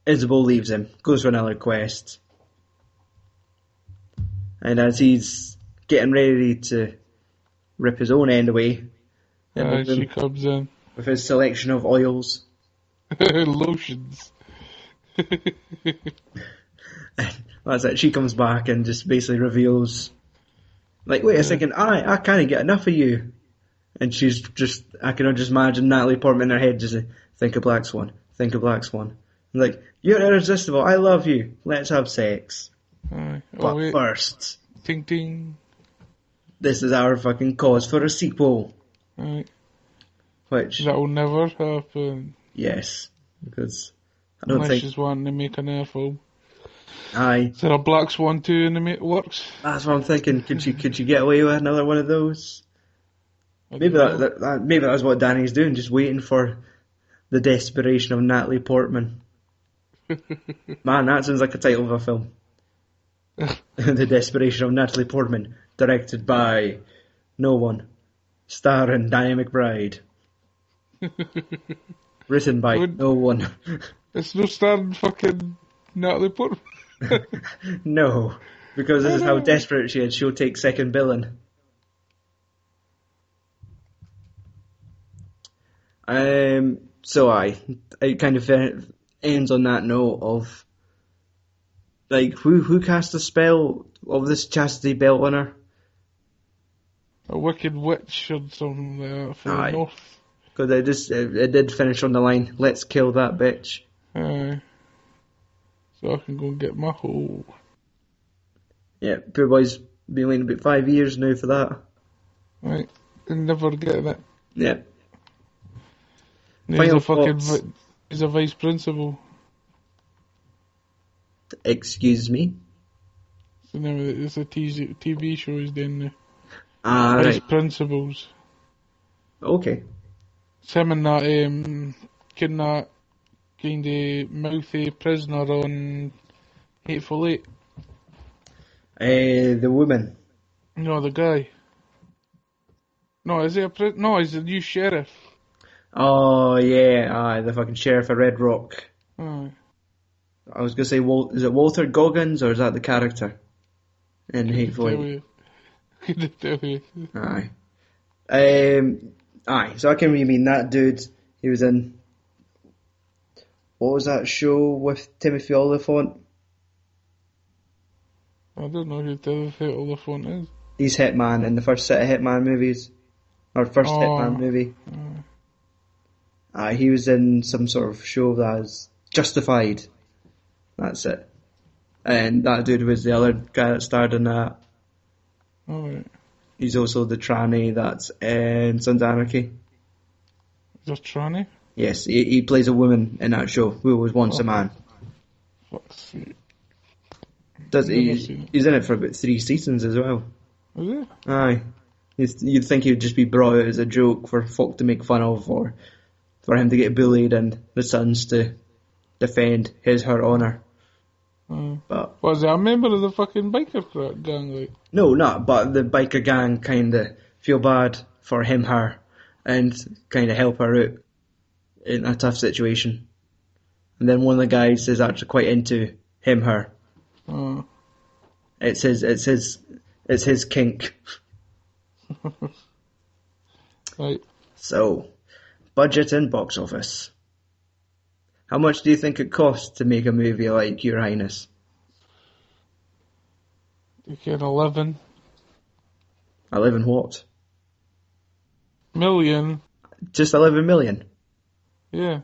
Speaker 1: Isabel leaves him, goes for another quest, and as he's getting ready to rip his own end away,
Speaker 2: Uh,
Speaker 1: with,
Speaker 2: she
Speaker 1: him-
Speaker 2: comes in. *laughs*
Speaker 1: with his selection of oils,
Speaker 2: Lotions. *laughs*
Speaker 1: That's it. She comes back and just basically reveals, like, wait a second, I I can't get enough of you. And she's just, I can just imagine Natalie Portman in her head just saying, think of Black Swan, think of Black Swan. And like, you're irresistible, I love you, let's have sex.
Speaker 2: Aye. Oh,
Speaker 1: But
Speaker 2: wait.
Speaker 1: first,
Speaker 2: Ting ting.
Speaker 1: this is our fucking cause for a sequel.
Speaker 2: Right.
Speaker 1: Which,
Speaker 2: That'll never happen.
Speaker 1: yes, because I don't
Speaker 2: Unless
Speaker 1: think
Speaker 2: she's wanting to make an air film.
Speaker 1: I,
Speaker 2: Is there a Black Swan 2 in the ma- works?
Speaker 1: that's what I'm thinking, could she, could she get away with another one of those?
Speaker 2: I
Speaker 1: Maybe that,
Speaker 2: don't know.
Speaker 1: that, that maybe that's what Danny's doing, just waiting for the desperation of Natalie Portman. Man, that sounds like a title of a film. the desperation of Natalie Portman, directed by no one, starring Danny McBride, written by
Speaker 2: Would-
Speaker 1: no one. *laughs*
Speaker 2: *laughs* It's no starring fucking Natalie Portman.
Speaker 1: *laughs* no, because this is how desperate she is. She'll take second billing. Um. So I, it kind of uh, ends on that note of, like, who who cast the spell of this chastity belt on her?
Speaker 2: A wicked witch or something like that from
Speaker 1: Aye.
Speaker 2: the north.
Speaker 1: Because it just it, it did finish on the line. Let's kill that bitch.
Speaker 2: Aye. So I can go and get my hole.
Speaker 1: Yeah, poor boy's been waiting about five years now for that.
Speaker 2: Right. And never get that.
Speaker 1: Yeah.
Speaker 2: And He's
Speaker 1: Final
Speaker 2: a fucking.
Speaker 1: thoughts?
Speaker 2: Vi- he's a vice principal.
Speaker 1: Excuse me.
Speaker 2: It's the name of the, it's a TZ TV show he's doing now.
Speaker 1: Ah,
Speaker 2: Vice
Speaker 1: right.
Speaker 2: principals.
Speaker 1: Okay.
Speaker 2: It's him and that um, kid and that kind of mouthy prisoner on Hateful Eight.
Speaker 1: Uh, the woman.
Speaker 2: No, the guy. No, is he a pri- No, he's the new sheriff.
Speaker 1: Oh yeah, aye, the fucking sheriff of Red Rock.
Speaker 2: Aye.
Speaker 1: I was gonna say, Wal- is it Walter Goggins or is that the character? In Hateful
Speaker 2: Tell
Speaker 1: Eight.
Speaker 2: *laughs* you. Couldn't tell you.
Speaker 1: Aye. Um, aye. So I can really mean that dude. He was in. What was that show with Timothy Oliphant?
Speaker 2: I don't know who the other Oliphant is.
Speaker 1: He's Hitman in the first set of Hitman movies, or first
Speaker 2: Oh.
Speaker 1: Hitman movie.
Speaker 2: Aye.
Speaker 1: Aye, he was in some sort of show that was Justified. That's it. And that dude was the other guy that starred in that.
Speaker 2: Alright.
Speaker 1: He's also the tranny that's in Sons of Anarchy.
Speaker 2: Just tranny.
Speaker 1: Yes, he, he plays a woman in that show who was once a man.
Speaker 2: Fuck's sake.
Speaker 1: Does
Speaker 2: Never
Speaker 1: he's,
Speaker 2: seen it.
Speaker 1: he's in it for about three seasons as well.
Speaker 2: Is it?
Speaker 1: Aye, you'd, you'd think he'd just be brought out as a joke for folk to make fun of, or for him to get bullied and the sons to defend his her honour.
Speaker 2: Uh,
Speaker 1: But
Speaker 2: was he a member of the fucking biker cra- gang? Like,
Speaker 1: No, not. But the biker gang kind of feel bad for him, her, and kind of help her out in a tough situation. And then one of the guys is actually quite into him, her.
Speaker 2: uh,
Speaker 1: It's his, it's his, it's his kink.
Speaker 2: right.
Speaker 1: So, budget and box office. How much do you think it costs to make a movie like Your Highness?
Speaker 2: You get eleven
Speaker 1: Eleven what?
Speaker 2: million.
Speaker 1: Just eleven million.
Speaker 2: Yeah.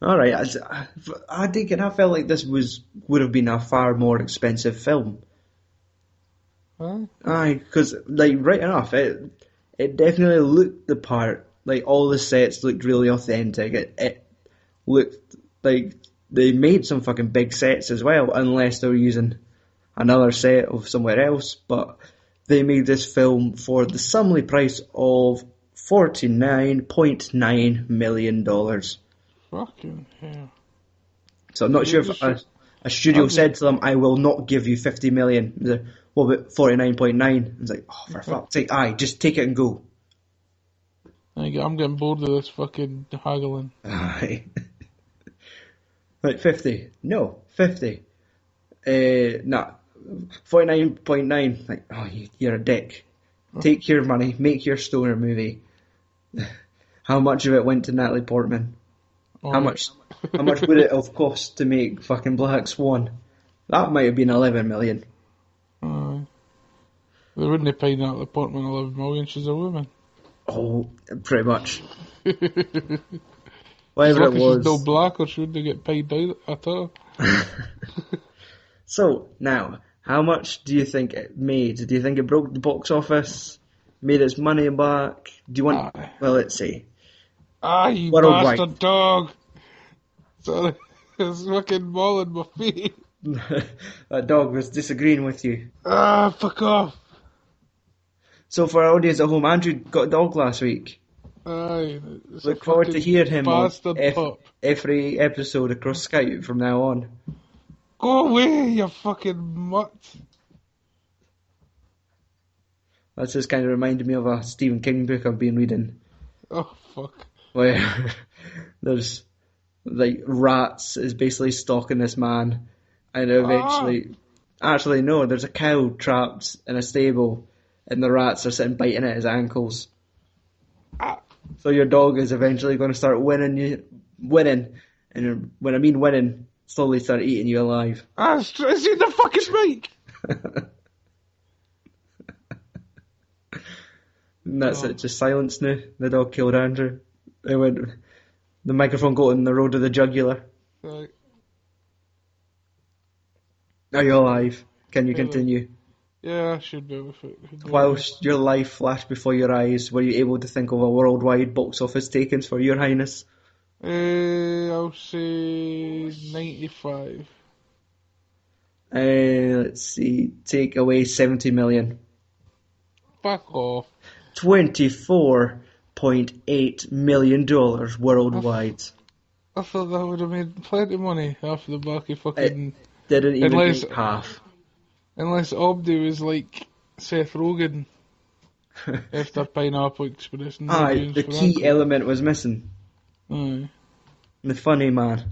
Speaker 1: All right, I, I think and I felt like this was would have been a far more expensive film.
Speaker 2: Aye.
Speaker 1: Aye, because like right enough, it it definitely looked the part. Like all the sets looked really authentic. It it looked like they made some fucking big sets as well, unless they were using another set of somewhere else. But they made this film for the sumly price of forty nine point nine million dollars.
Speaker 2: Fucking hell.
Speaker 1: So I'm not sure if a, a studio
Speaker 2: Okay.
Speaker 1: said to them, "I will not give you 50 million." He's like, "What about 49.9?" It's like, "Oh, for fuck's sake, aye, just take it and go." *laughs*
Speaker 2: Like, I'm getting bored of this fucking haggling.
Speaker 1: Aye. like 50, no, 50. Uh, nah, 49.9. Like, oh, you, you're a dick. Take your money, make your stoner movie. *laughs* How much of it went to Natalie Portman? How
Speaker 2: Alright.
Speaker 1: much? How much would it have cost to make fucking Black Swan? That might have been 11 million.
Speaker 2: Aye. They wouldn't have paid Natalie Portman 11 million, she's a woman. *laughs*
Speaker 1: Oh, pretty much.
Speaker 2: As
Speaker 1: Whatever
Speaker 2: long
Speaker 1: it
Speaker 2: as she's still
Speaker 1: was.
Speaker 2: black or she wouldn't get paid out at all.
Speaker 1: *laughs* So now, how much do you think it made? Do you think it broke the box office? Made its money back? Do you want?
Speaker 2: Aye.
Speaker 1: Well, let's see. *laughs*
Speaker 2: Ah, you
Speaker 1: What a
Speaker 2: bastard
Speaker 1: wank.
Speaker 2: dog! *laughs* Sorry, *laughs* it's fucking mauling my feet.
Speaker 1: that dog was disagreeing with you.
Speaker 2: Ah, fuck off!
Speaker 1: So for our audience at home, Andrew got a dog last week.
Speaker 2: Aye, it's a
Speaker 1: Look forward to
Speaker 2: fucking
Speaker 1: hear him on
Speaker 2: Bastard
Speaker 1: ev-
Speaker 2: pup.
Speaker 1: every episode across Skype from now on.
Speaker 2: Go away, you fucking mutt!
Speaker 1: That's just kind of reminded me of a Stephen King book I've been reading.
Speaker 2: Oh, fuck.
Speaker 1: where *laughs* there's like rats is basically stalking this man, and eventually, actually no, there's a cow trapped in a stable, and the rats are sitting biting at his ankles.
Speaker 2: Ah.
Speaker 1: So your dog is eventually going to start winning you, winning, and when I mean winning, slowly start eating you alive.
Speaker 2: Ah, it's, it's in the fucking mic!
Speaker 1: And that's
Speaker 2: Oh.
Speaker 1: it, just silence now. The dog killed Andrew. They went, the microphone got in the road of the jugular.
Speaker 2: Right.
Speaker 1: Are you alive? Can you
Speaker 2: Yeah.
Speaker 1: continue?
Speaker 2: Yeah, I should be with it.
Speaker 1: Whilst your life flashed before your eyes, were you able to think of a worldwide box office takings for Your Highness?
Speaker 2: Uh, I'll say 95.
Speaker 1: Uh, let's see, take away 70 million.
Speaker 2: Fuck off.
Speaker 1: 24.8 million dollars worldwide.
Speaker 2: I thought that would have made plenty of money after the
Speaker 1: Eh.
Speaker 2: Barky fucking.
Speaker 1: Didn't even
Speaker 2: Unless-
Speaker 1: make half.
Speaker 2: Unless Obdi was like Seth Rogen after Pineapple Express. and
Speaker 1: Aye,
Speaker 2: Revenge
Speaker 1: the
Speaker 2: for
Speaker 1: key
Speaker 2: Uncle.
Speaker 1: element was missing.
Speaker 2: Aye.
Speaker 1: The funny man.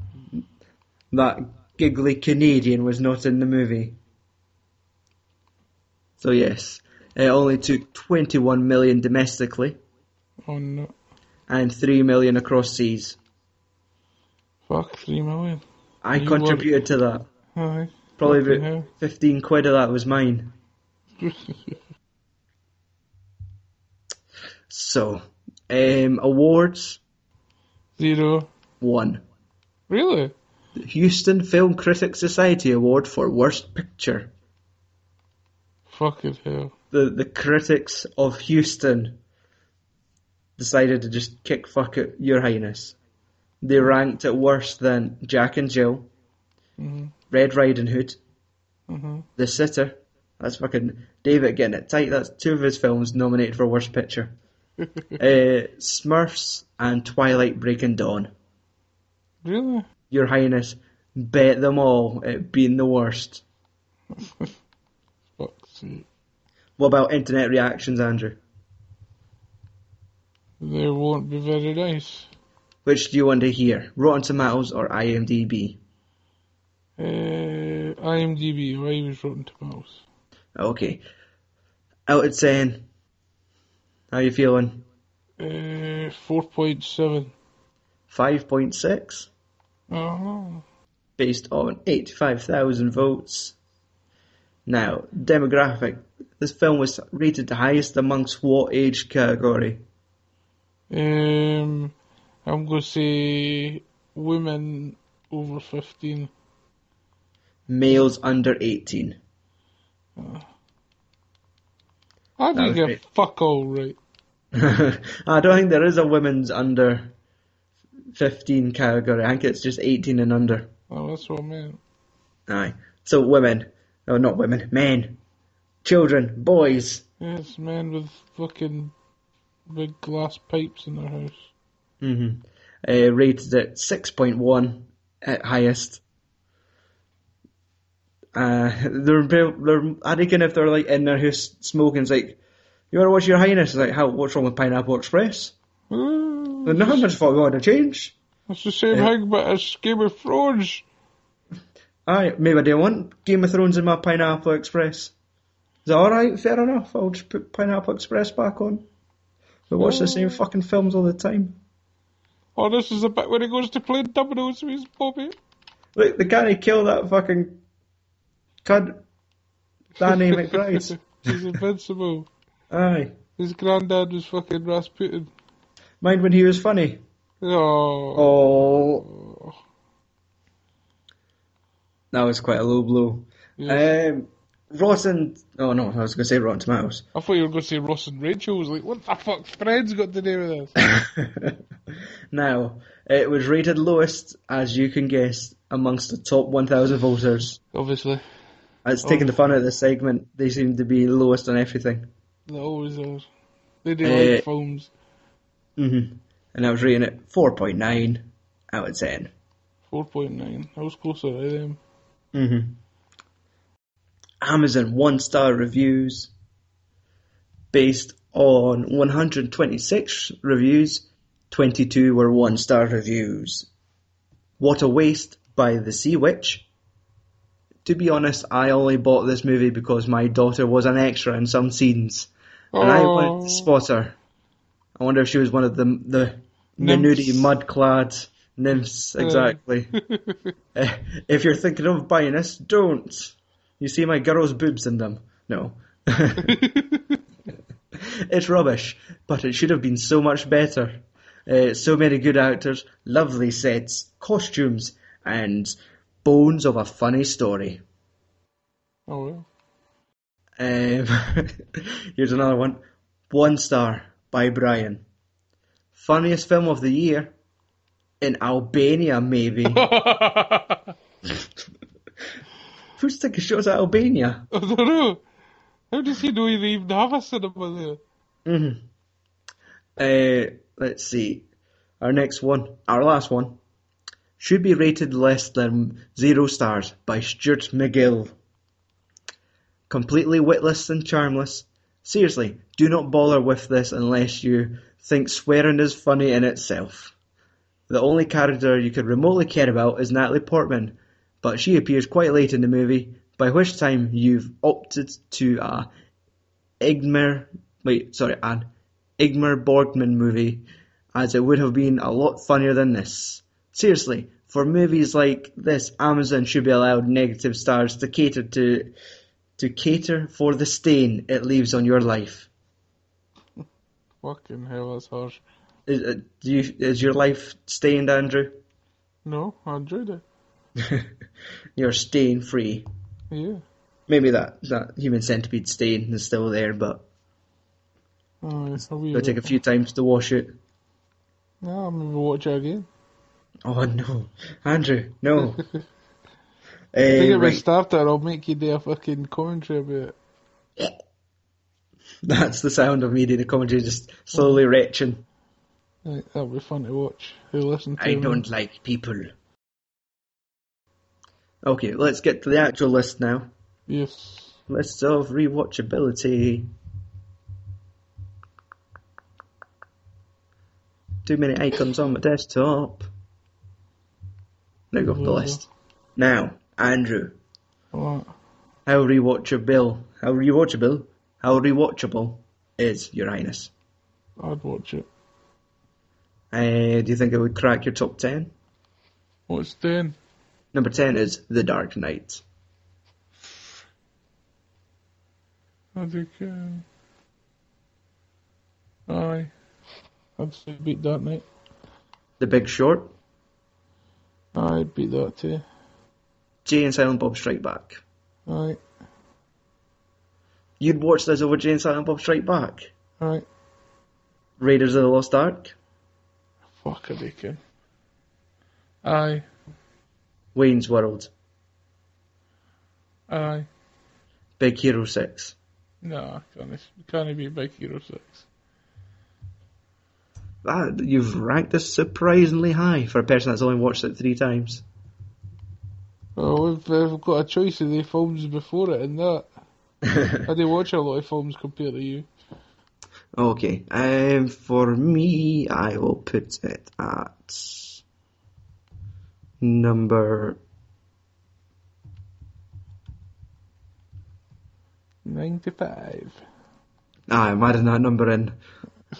Speaker 1: That giggly Canadian was not in the movie. So yes, it only took 21 million domestically
Speaker 2: Oh no.
Speaker 1: and 3 million across seas.
Speaker 2: Fuck, 3 million.
Speaker 1: I
Speaker 2: You
Speaker 1: contributed to that.
Speaker 2: Aye. *laughs*
Speaker 1: Probably
Speaker 2: Fucking
Speaker 1: about
Speaker 2: hell.
Speaker 1: 15 quid of that was mine. So, um, awards
Speaker 2: Zero.
Speaker 1: one.
Speaker 2: Really?
Speaker 1: The Houston Film Critics Society Award for Worst Picture.
Speaker 2: Fucking hell.
Speaker 1: the, the critics of Houston decided to just kick fuck it, Your Highness. They ranked it worse than Jack and Jill,
Speaker 2: Mhm.
Speaker 1: Red Riding Hood,
Speaker 2: Mhm.
Speaker 1: The Sitter. That's fucking David getting it tight. That's two of his films nominated for Worst Picture. uh, Smurfs and Twilight Breaking Dawn.
Speaker 2: Really? *laughs*
Speaker 1: Your Highness, bet them all it being the worst.
Speaker 2: Fuck's sake.
Speaker 1: What about internet reactions, Andrew?
Speaker 2: They won't be very nice.
Speaker 1: Which do you want to hear? Rotten Tomatoes or IMDb?
Speaker 2: Uh, IMDb, or I was Rotten Tomatoes.
Speaker 1: Okay. Out of 10. How you feeling?
Speaker 2: Uh, 4.7.
Speaker 1: 5.6?
Speaker 2: Oh,
Speaker 1: Based on 85,000 votes. Now, demographic. This film was rated the highest amongst what age category?
Speaker 2: Um, I'm going to say women over 15.
Speaker 1: Males under 18.
Speaker 2: I
Speaker 1: That was
Speaker 2: think a
Speaker 1: great.
Speaker 2: fuck all right.
Speaker 1: *laughs* I don't think there is a women's under 15 category. I think it's just 18 and under.
Speaker 2: Oh, that's what I meant.
Speaker 1: Aye. So women, no, not women, men, children, boys.
Speaker 2: Yes, men with fucking big glass pipes in their house.
Speaker 1: hmm Uh, rated at 6.1 at highest. Uh, they're, built- they're, I reckon if they're like in their house smoking, it's like, you want to watch Your Highness? It's like, how, what's wrong with Pineapple Express?
Speaker 2: Ooh,
Speaker 1: The numbers for we want to change.
Speaker 2: That's the same
Speaker 1: Yeah.
Speaker 2: thing, but it's Game of Thrones.
Speaker 1: Aye, maybe I don't want Game of Thrones in my Pineapple Express. Is that alright? Fair enough. I'll just put Pineapple Express back on. We watch the same fucking films all the time.
Speaker 2: Oh, this is the bit where he goes to play dominoes with his Bobby.
Speaker 1: Look, they can't kill that fucking cunt
Speaker 2: *laughs*
Speaker 1: Danny McBride.
Speaker 2: He's invincible.
Speaker 1: Aye.
Speaker 2: His granddad was fucking Rasputin.
Speaker 1: Mind when he was funny.
Speaker 2: Oh,
Speaker 1: Oh. That was quite a low blow.
Speaker 2: yes.
Speaker 1: Um, rotten. Oh no, I was going to say Rotten Tomatoes. *laughs*
Speaker 2: I thought you were going to say Ross and Rachel. I was like, what the fuck? Fred's got to do with this.
Speaker 1: now, it was rated lowest, as you can guess, amongst the top 1,000 voters.
Speaker 2: Obviously,
Speaker 1: It's taking
Speaker 2: Oh.
Speaker 1: the fun out of this segment. They seem to be lowest on everything.
Speaker 2: they always are. They do
Speaker 1: Eh.
Speaker 2: like films.
Speaker 1: hmm And I was rating it 4.9 out of 10.
Speaker 2: 4.9. I was closer to them.
Speaker 1: Mm-hmm. Amazon one star reviews based on 126 reviews, 22 were one star reviews. What a Waste by The Sea Witch. To be honest, I only bought this movie because my daughter was an extra in some scenes,
Speaker 2: Oh,
Speaker 1: and I wanted to spot her. I wonder if she was one of the the, the
Speaker 2: Nymphs. Uh.
Speaker 1: nudie mud-clad nymphs,
Speaker 2: *laughs*
Speaker 1: exactly. Eh, if you're thinking of buying this, don't. You see my girl's boobs in them.
Speaker 2: *laughs*
Speaker 1: No. it's rubbish, but it should have been so much better. Uh, so many good actors, lovely sets, costumes, and bones of a funny story.
Speaker 2: oh well. *laughs*
Speaker 1: Um, *laughs* here's another one. One Star by Brian. Funniest film of the year? In Albania, maybe. Who's taking shots at Albania?
Speaker 2: I don't know. How does he know they even have a cinema there?
Speaker 1: Mhm. Uh, let's see. Our next one, our last one, should be rated less than zero stars by Stuart McGill. Completely witless and charmless. Seriously, do not bother with this unless you think swearing is funny in itself. The only character you could remotely care about is Natalie Portman, but she appears quite late in the movie, by which time you've opted to uh, Igmer, wait, sorry, an Igmer Borgman movie, as it would have been a lot funnier than this. Seriously, for movies like this, Amazon should be allowed negative stars to cater to to cater for the stain it leaves on your life.
Speaker 2: Fucking hell, that's harsh.
Speaker 1: Is, uh, do you, is your life stained, Andrew?
Speaker 2: No, I enjoyed it.
Speaker 1: You're stain free.
Speaker 2: Yeah.
Speaker 1: Maybe that, that human centipede stain is still there, but
Speaker 2: Oh, it's a
Speaker 1: it'll
Speaker 2: weird.
Speaker 1: take a few times to wash it.
Speaker 2: No, I'm gonna watch it again.
Speaker 1: Oh no, Andrew, no.
Speaker 2: I
Speaker 1: Eh,
Speaker 2: think if I
Speaker 1: right,
Speaker 2: start it, I'll make you do a fucking commentary about it.
Speaker 1: *laughs* that's the sound of me doing the commentary, just slowly retching.
Speaker 2: Right, That'll be fun to watch. Who listen to
Speaker 1: I
Speaker 2: me.
Speaker 1: don't like people. Okay, let's get to the actual list now.
Speaker 2: Yes.
Speaker 1: List of rewatchability. Too many icons on my desktop. There you go, the list. Now, Andrew,
Speaker 2: What?
Speaker 1: how rewatchable, how rewatchable, how rewatchable is Your Highness?
Speaker 2: I'd watch it.
Speaker 1: Uh, do you think it would crack your top 10?
Speaker 2: What's ten?
Speaker 1: Number 10 is The Dark Knight.
Speaker 2: I think. Uh, aye. I'd say beat that night.
Speaker 1: The Big Short,
Speaker 2: Aye, beat that too.
Speaker 1: Jay and Silent Bob Strike Back.
Speaker 2: Aye.
Speaker 1: You'd watch this over Jay and Silent Bob Strike Back.
Speaker 2: Aye.
Speaker 1: Raiders of the Lost Ark,
Speaker 2: Fuck a dickhead. Aye.
Speaker 1: Wayne's World,
Speaker 2: Aye.
Speaker 1: Big Hero 6,
Speaker 2: No, can't can't be Big Hero Six.
Speaker 1: that Ah, you've ranked this surprisingly high for a person that's only watched it three times. *laughs*
Speaker 2: Well, we've, we've got a choice of the films before it and that. I do watch a lot of films compared to you.
Speaker 1: Okay, um, for me, I will put it at number
Speaker 2: Ninety-five.
Speaker 1: Ah, I'm adding that number in.
Speaker 2: *laughs*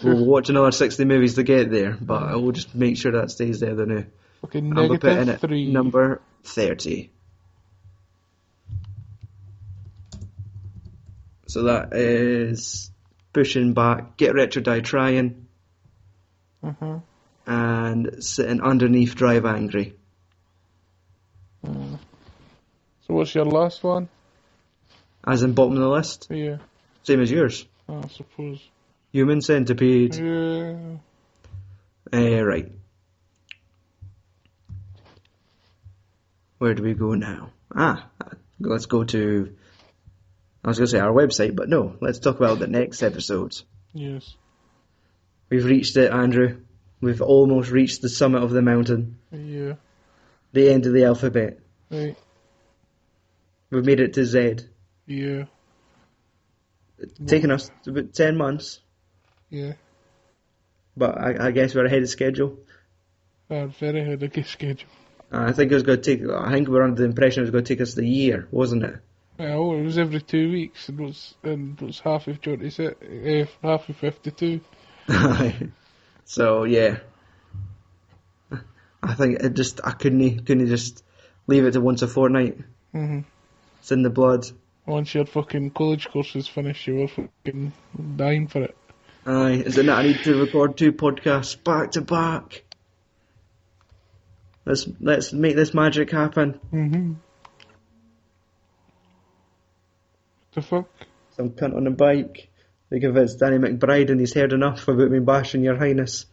Speaker 1: We'll watch another 60 movies to get there, but I will just make sure that stays there. Then uh,
Speaker 2: Okay,
Speaker 1: I'm gonna put in
Speaker 2: negative
Speaker 1: at
Speaker 2: three.
Speaker 1: number 30. So that is pushing back, get retro, die trying,
Speaker 2: Uh-huh.
Speaker 1: and sitting underneath drive angry.
Speaker 2: Uh, so what's your last one?
Speaker 1: As in bottom of the list,
Speaker 2: Yeah,
Speaker 1: same as yours.
Speaker 2: I suppose.
Speaker 1: Human centipede.
Speaker 2: Yeah.
Speaker 1: Uh, right. Where do we go now? Ah, let's go to. I was going to say our website, but no. Let's talk about the next episodes.
Speaker 2: Yes.
Speaker 1: We've reached it, Andrew. We've almost reached the summit of the mountain,
Speaker 2: Yeah.
Speaker 1: the end of the alphabet.
Speaker 2: Right.
Speaker 1: We've made it to Z.
Speaker 2: Yeah.
Speaker 1: It's taken us about 10 months,
Speaker 2: Yeah.
Speaker 1: but I, I guess we're ahead of schedule.
Speaker 2: Uh, very hard to get *laughs* schedule.
Speaker 1: Uh, I think it was going to take. I think we were under the impression it was going to take us the year, wasn't it?
Speaker 2: Well, it was every two weeks, and it was and it was half of twenty six, uh, half of fifty two.
Speaker 1: *laughs* so yeah, I think it just I couldn't e-, couldn't just leave it to once a fortnight.
Speaker 2: Mm-hmm.
Speaker 1: It's in the blood.
Speaker 2: Once your fucking college course is finished, you were fucking dying for it.
Speaker 1: Aye, is it not? I need to record two podcasts back to back. Let's let's make this magic happen.
Speaker 2: Mm-hmm. The fuck?
Speaker 1: Some cunt on a bike. They convinced Danny McBride and he's heard enough about me bashing your highness.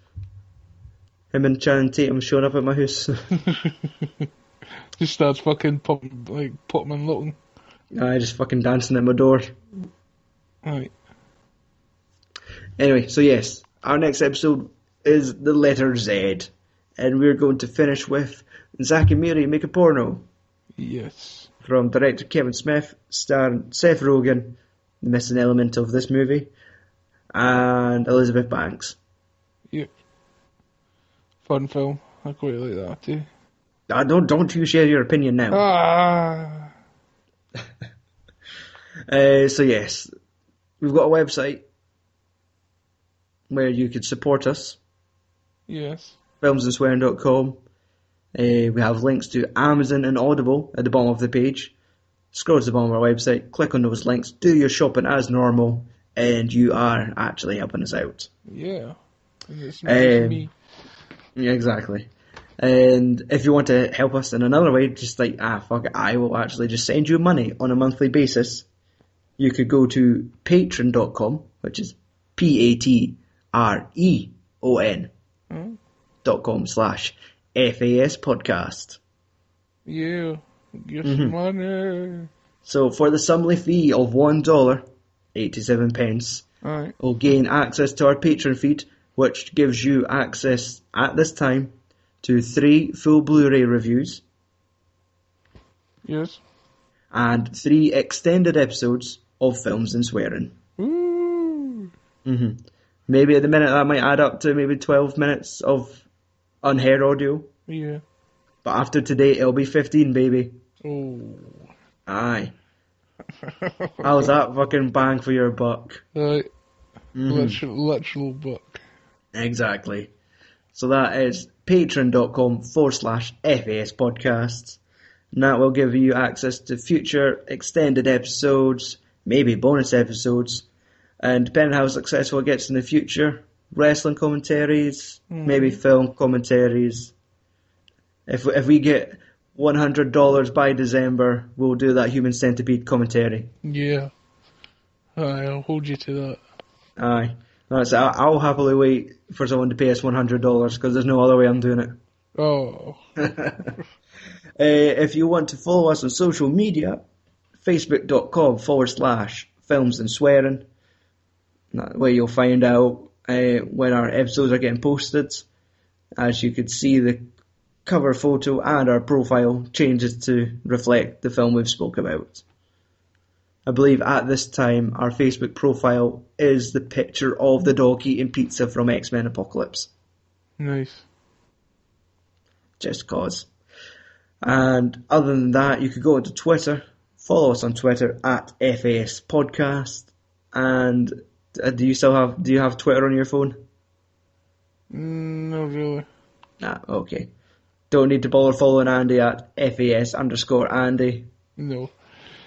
Speaker 1: Him and Channing Tatum showing up at my house. *laughs*
Speaker 2: *laughs* Just starts fucking popping, like, popping and looking.
Speaker 1: Aye, just fucking dancing at my door.
Speaker 2: Right.
Speaker 1: Anyway, so yes, our next episode is the letter Z, and we're going to finish with Zack and Miri make a porno
Speaker 2: Yes.
Speaker 1: from director Kevin Smith, starring Seth Rogen, the missing element of this movie, and Elizabeth Banks.
Speaker 2: Yep. Fun film. I quite like that too.
Speaker 1: Ah, don't don't you share your opinion
Speaker 2: Oh.
Speaker 1: now.
Speaker 2: Ah.
Speaker 1: Uh, so yes, we've got a website where you can support us.
Speaker 2: Yes.
Speaker 1: filmsandswearing.com. Uh, we have links to Amazon and Audible at the bottom of the page. Scroll to the bottom of our website, click on those links, do your shopping as normal, and you are actually helping us out.
Speaker 2: Yeah. And it's not just
Speaker 1: Um,
Speaker 2: me.
Speaker 1: Yeah, exactly. And if you want to help us in another way, just like, ah, fuck it, I will actually just send you money on a monthly basis. You could go to patreon.com, which is P A T R E O N dot com slash FAS podcast.
Speaker 2: You get some money.
Speaker 1: So for the sumly fee of one dollar, eighty-seven pence,
Speaker 4: All right.
Speaker 1: will gain access to our Patreon feed, which gives you access at this time to three full Blu-ray reviews
Speaker 2: Yes.
Speaker 1: and three extended episodes of films and swearing.
Speaker 2: Woo.
Speaker 1: Maybe at the minute that might add up to maybe twelve minutes of unheard audio,
Speaker 2: Yeah.
Speaker 1: but after today it'll be fifteen, baby.
Speaker 2: Oh. *laughs*
Speaker 1: Aye. How's that fucking bang for your buck?
Speaker 2: Right. Literal, literal book.
Speaker 1: Exactly. So that is patreon.com forward slash FAS podcasts. And that will give you access to future extended episodes, maybe bonus episodes, and depending on how successful it gets in the future, wrestling commentaries, maybe film commentaries. If, if we get $100 by December, we'll do that Human Centipede commentary.
Speaker 2: Yeah. Aye, I'll hold you to that.
Speaker 1: Aye. That's I, I'll happily wait for someone to pay us one hundred dollars because there's no other way I'm doing it.
Speaker 2: Oh.
Speaker 1: *laughs* Uh, if you want to follow us on social media, facebook.com forward slash films and swearing. That way you'll find out uh, when our episodes are getting posted. As you could see, the cover photo and our profile changes to reflect the film we've spoke about. I believe at this time our Facebook profile is the picture of the dog eating pizza from X Men Apocalypse
Speaker 2: Nice.
Speaker 1: just cause. And other than that, you could go to Twitter, follow us on Twitter at FAS Podcast. And uh, do you still have do you have Twitter on your phone?
Speaker 2: Mm, Not really.
Speaker 1: Nah, okay. Don't need to bother following Andy at FAS underscore Andy.
Speaker 2: *laughs* No.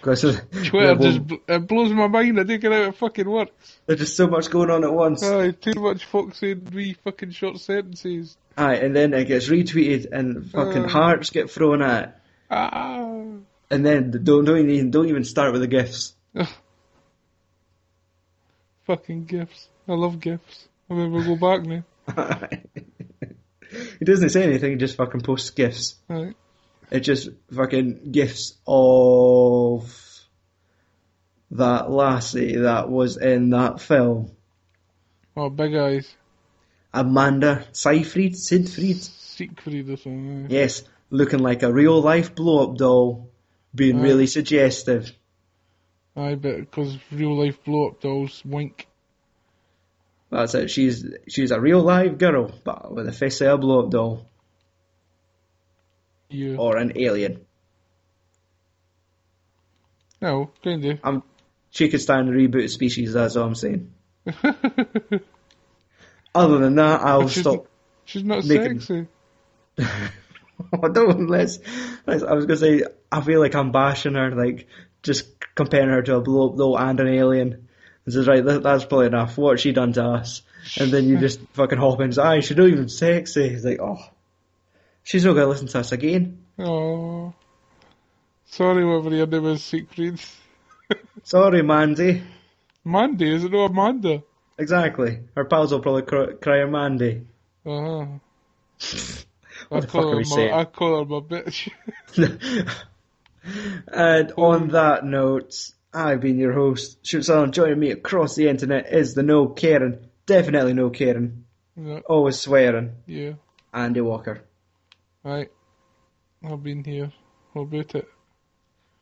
Speaker 1: 'cause *laughs*
Speaker 2: Twitter
Speaker 1: there's-
Speaker 2: just bl- it blows my mind. I don't get how it fucking works.
Speaker 1: there's just so much going on at once.
Speaker 2: Aye, too much folks saying wee fucking short sentences.
Speaker 1: Aye, and then it gets retweeted and fucking
Speaker 2: Uh.
Speaker 1: hearts get thrown at it.
Speaker 2: Ah. *laughs*
Speaker 1: And then don't don't even don't even start with the gifs. *laughs*
Speaker 2: Fucking gifts. I love gifts. I mean, we'll go back now.
Speaker 1: he doesn't say anything, he just fucking posts gifs.
Speaker 2: Right.
Speaker 1: It's just fucking gifts of that lassie that was in that film.
Speaker 2: Oh, big eyes.
Speaker 1: Amanda Seyfried, Siegfried,
Speaker 2: Siegfried or something. aye.
Speaker 1: yes, looking like a real life blow up doll, being
Speaker 2: Aye.
Speaker 1: really suggestive.
Speaker 2: Aye, but because real life blow up dolls wink.
Speaker 1: That's it. She's she's a real live girl, but with the face of a blow up doll
Speaker 2: You.
Speaker 1: or an alien.
Speaker 2: No, kinda. *laughs*
Speaker 1: I'm she could stand the reboot of species. That's all I'm saying. Other than that, I'll
Speaker 2: she's-
Speaker 1: stop.
Speaker 2: She's not
Speaker 1: Making-
Speaker 2: sexy.
Speaker 1: *laughs* Oh, don't let's, let's. I was gonna say I feel like I'm bashing her, like just comparing her to a blow up doll and an alien. This is right. That, that's probably enough. What she done to us, and then you just fucking hop in. and say, Aye, she's not even sexy. It's like, oh, she's not gonna listen to us again.
Speaker 2: Oh. Sorry, whatever your name is, Siegfried. *laughs*
Speaker 1: Sorry, Mandy.
Speaker 2: Mandy, is it Oh, not Amanda?
Speaker 1: Exactly. Her pals will probably cry, cry her Mandy.
Speaker 2: Uh-huh. I
Speaker 1: *laughs* What the fuck
Speaker 2: call
Speaker 1: are
Speaker 2: her
Speaker 1: we
Speaker 2: my,
Speaker 1: saying?
Speaker 2: I call her my bitch.
Speaker 1: *laughs*
Speaker 2: *laughs*
Speaker 1: and on that note, I've been your host, Shoot Salon. Joining me across the internet is the no Karen, definitely no Karen,
Speaker 2: no,
Speaker 1: always swearing,
Speaker 2: yeah.
Speaker 1: Andy Walker.
Speaker 2: Right. I've been here. How about it?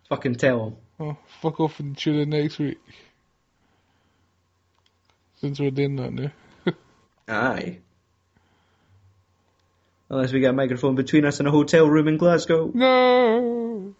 Speaker 1: Fucking tell him.
Speaker 2: Oh, fuck off and tune in next week. Since we're doing that now.
Speaker 1: Aye. Unless we get a microphone between us in a hotel room in Glasgow.
Speaker 2: No!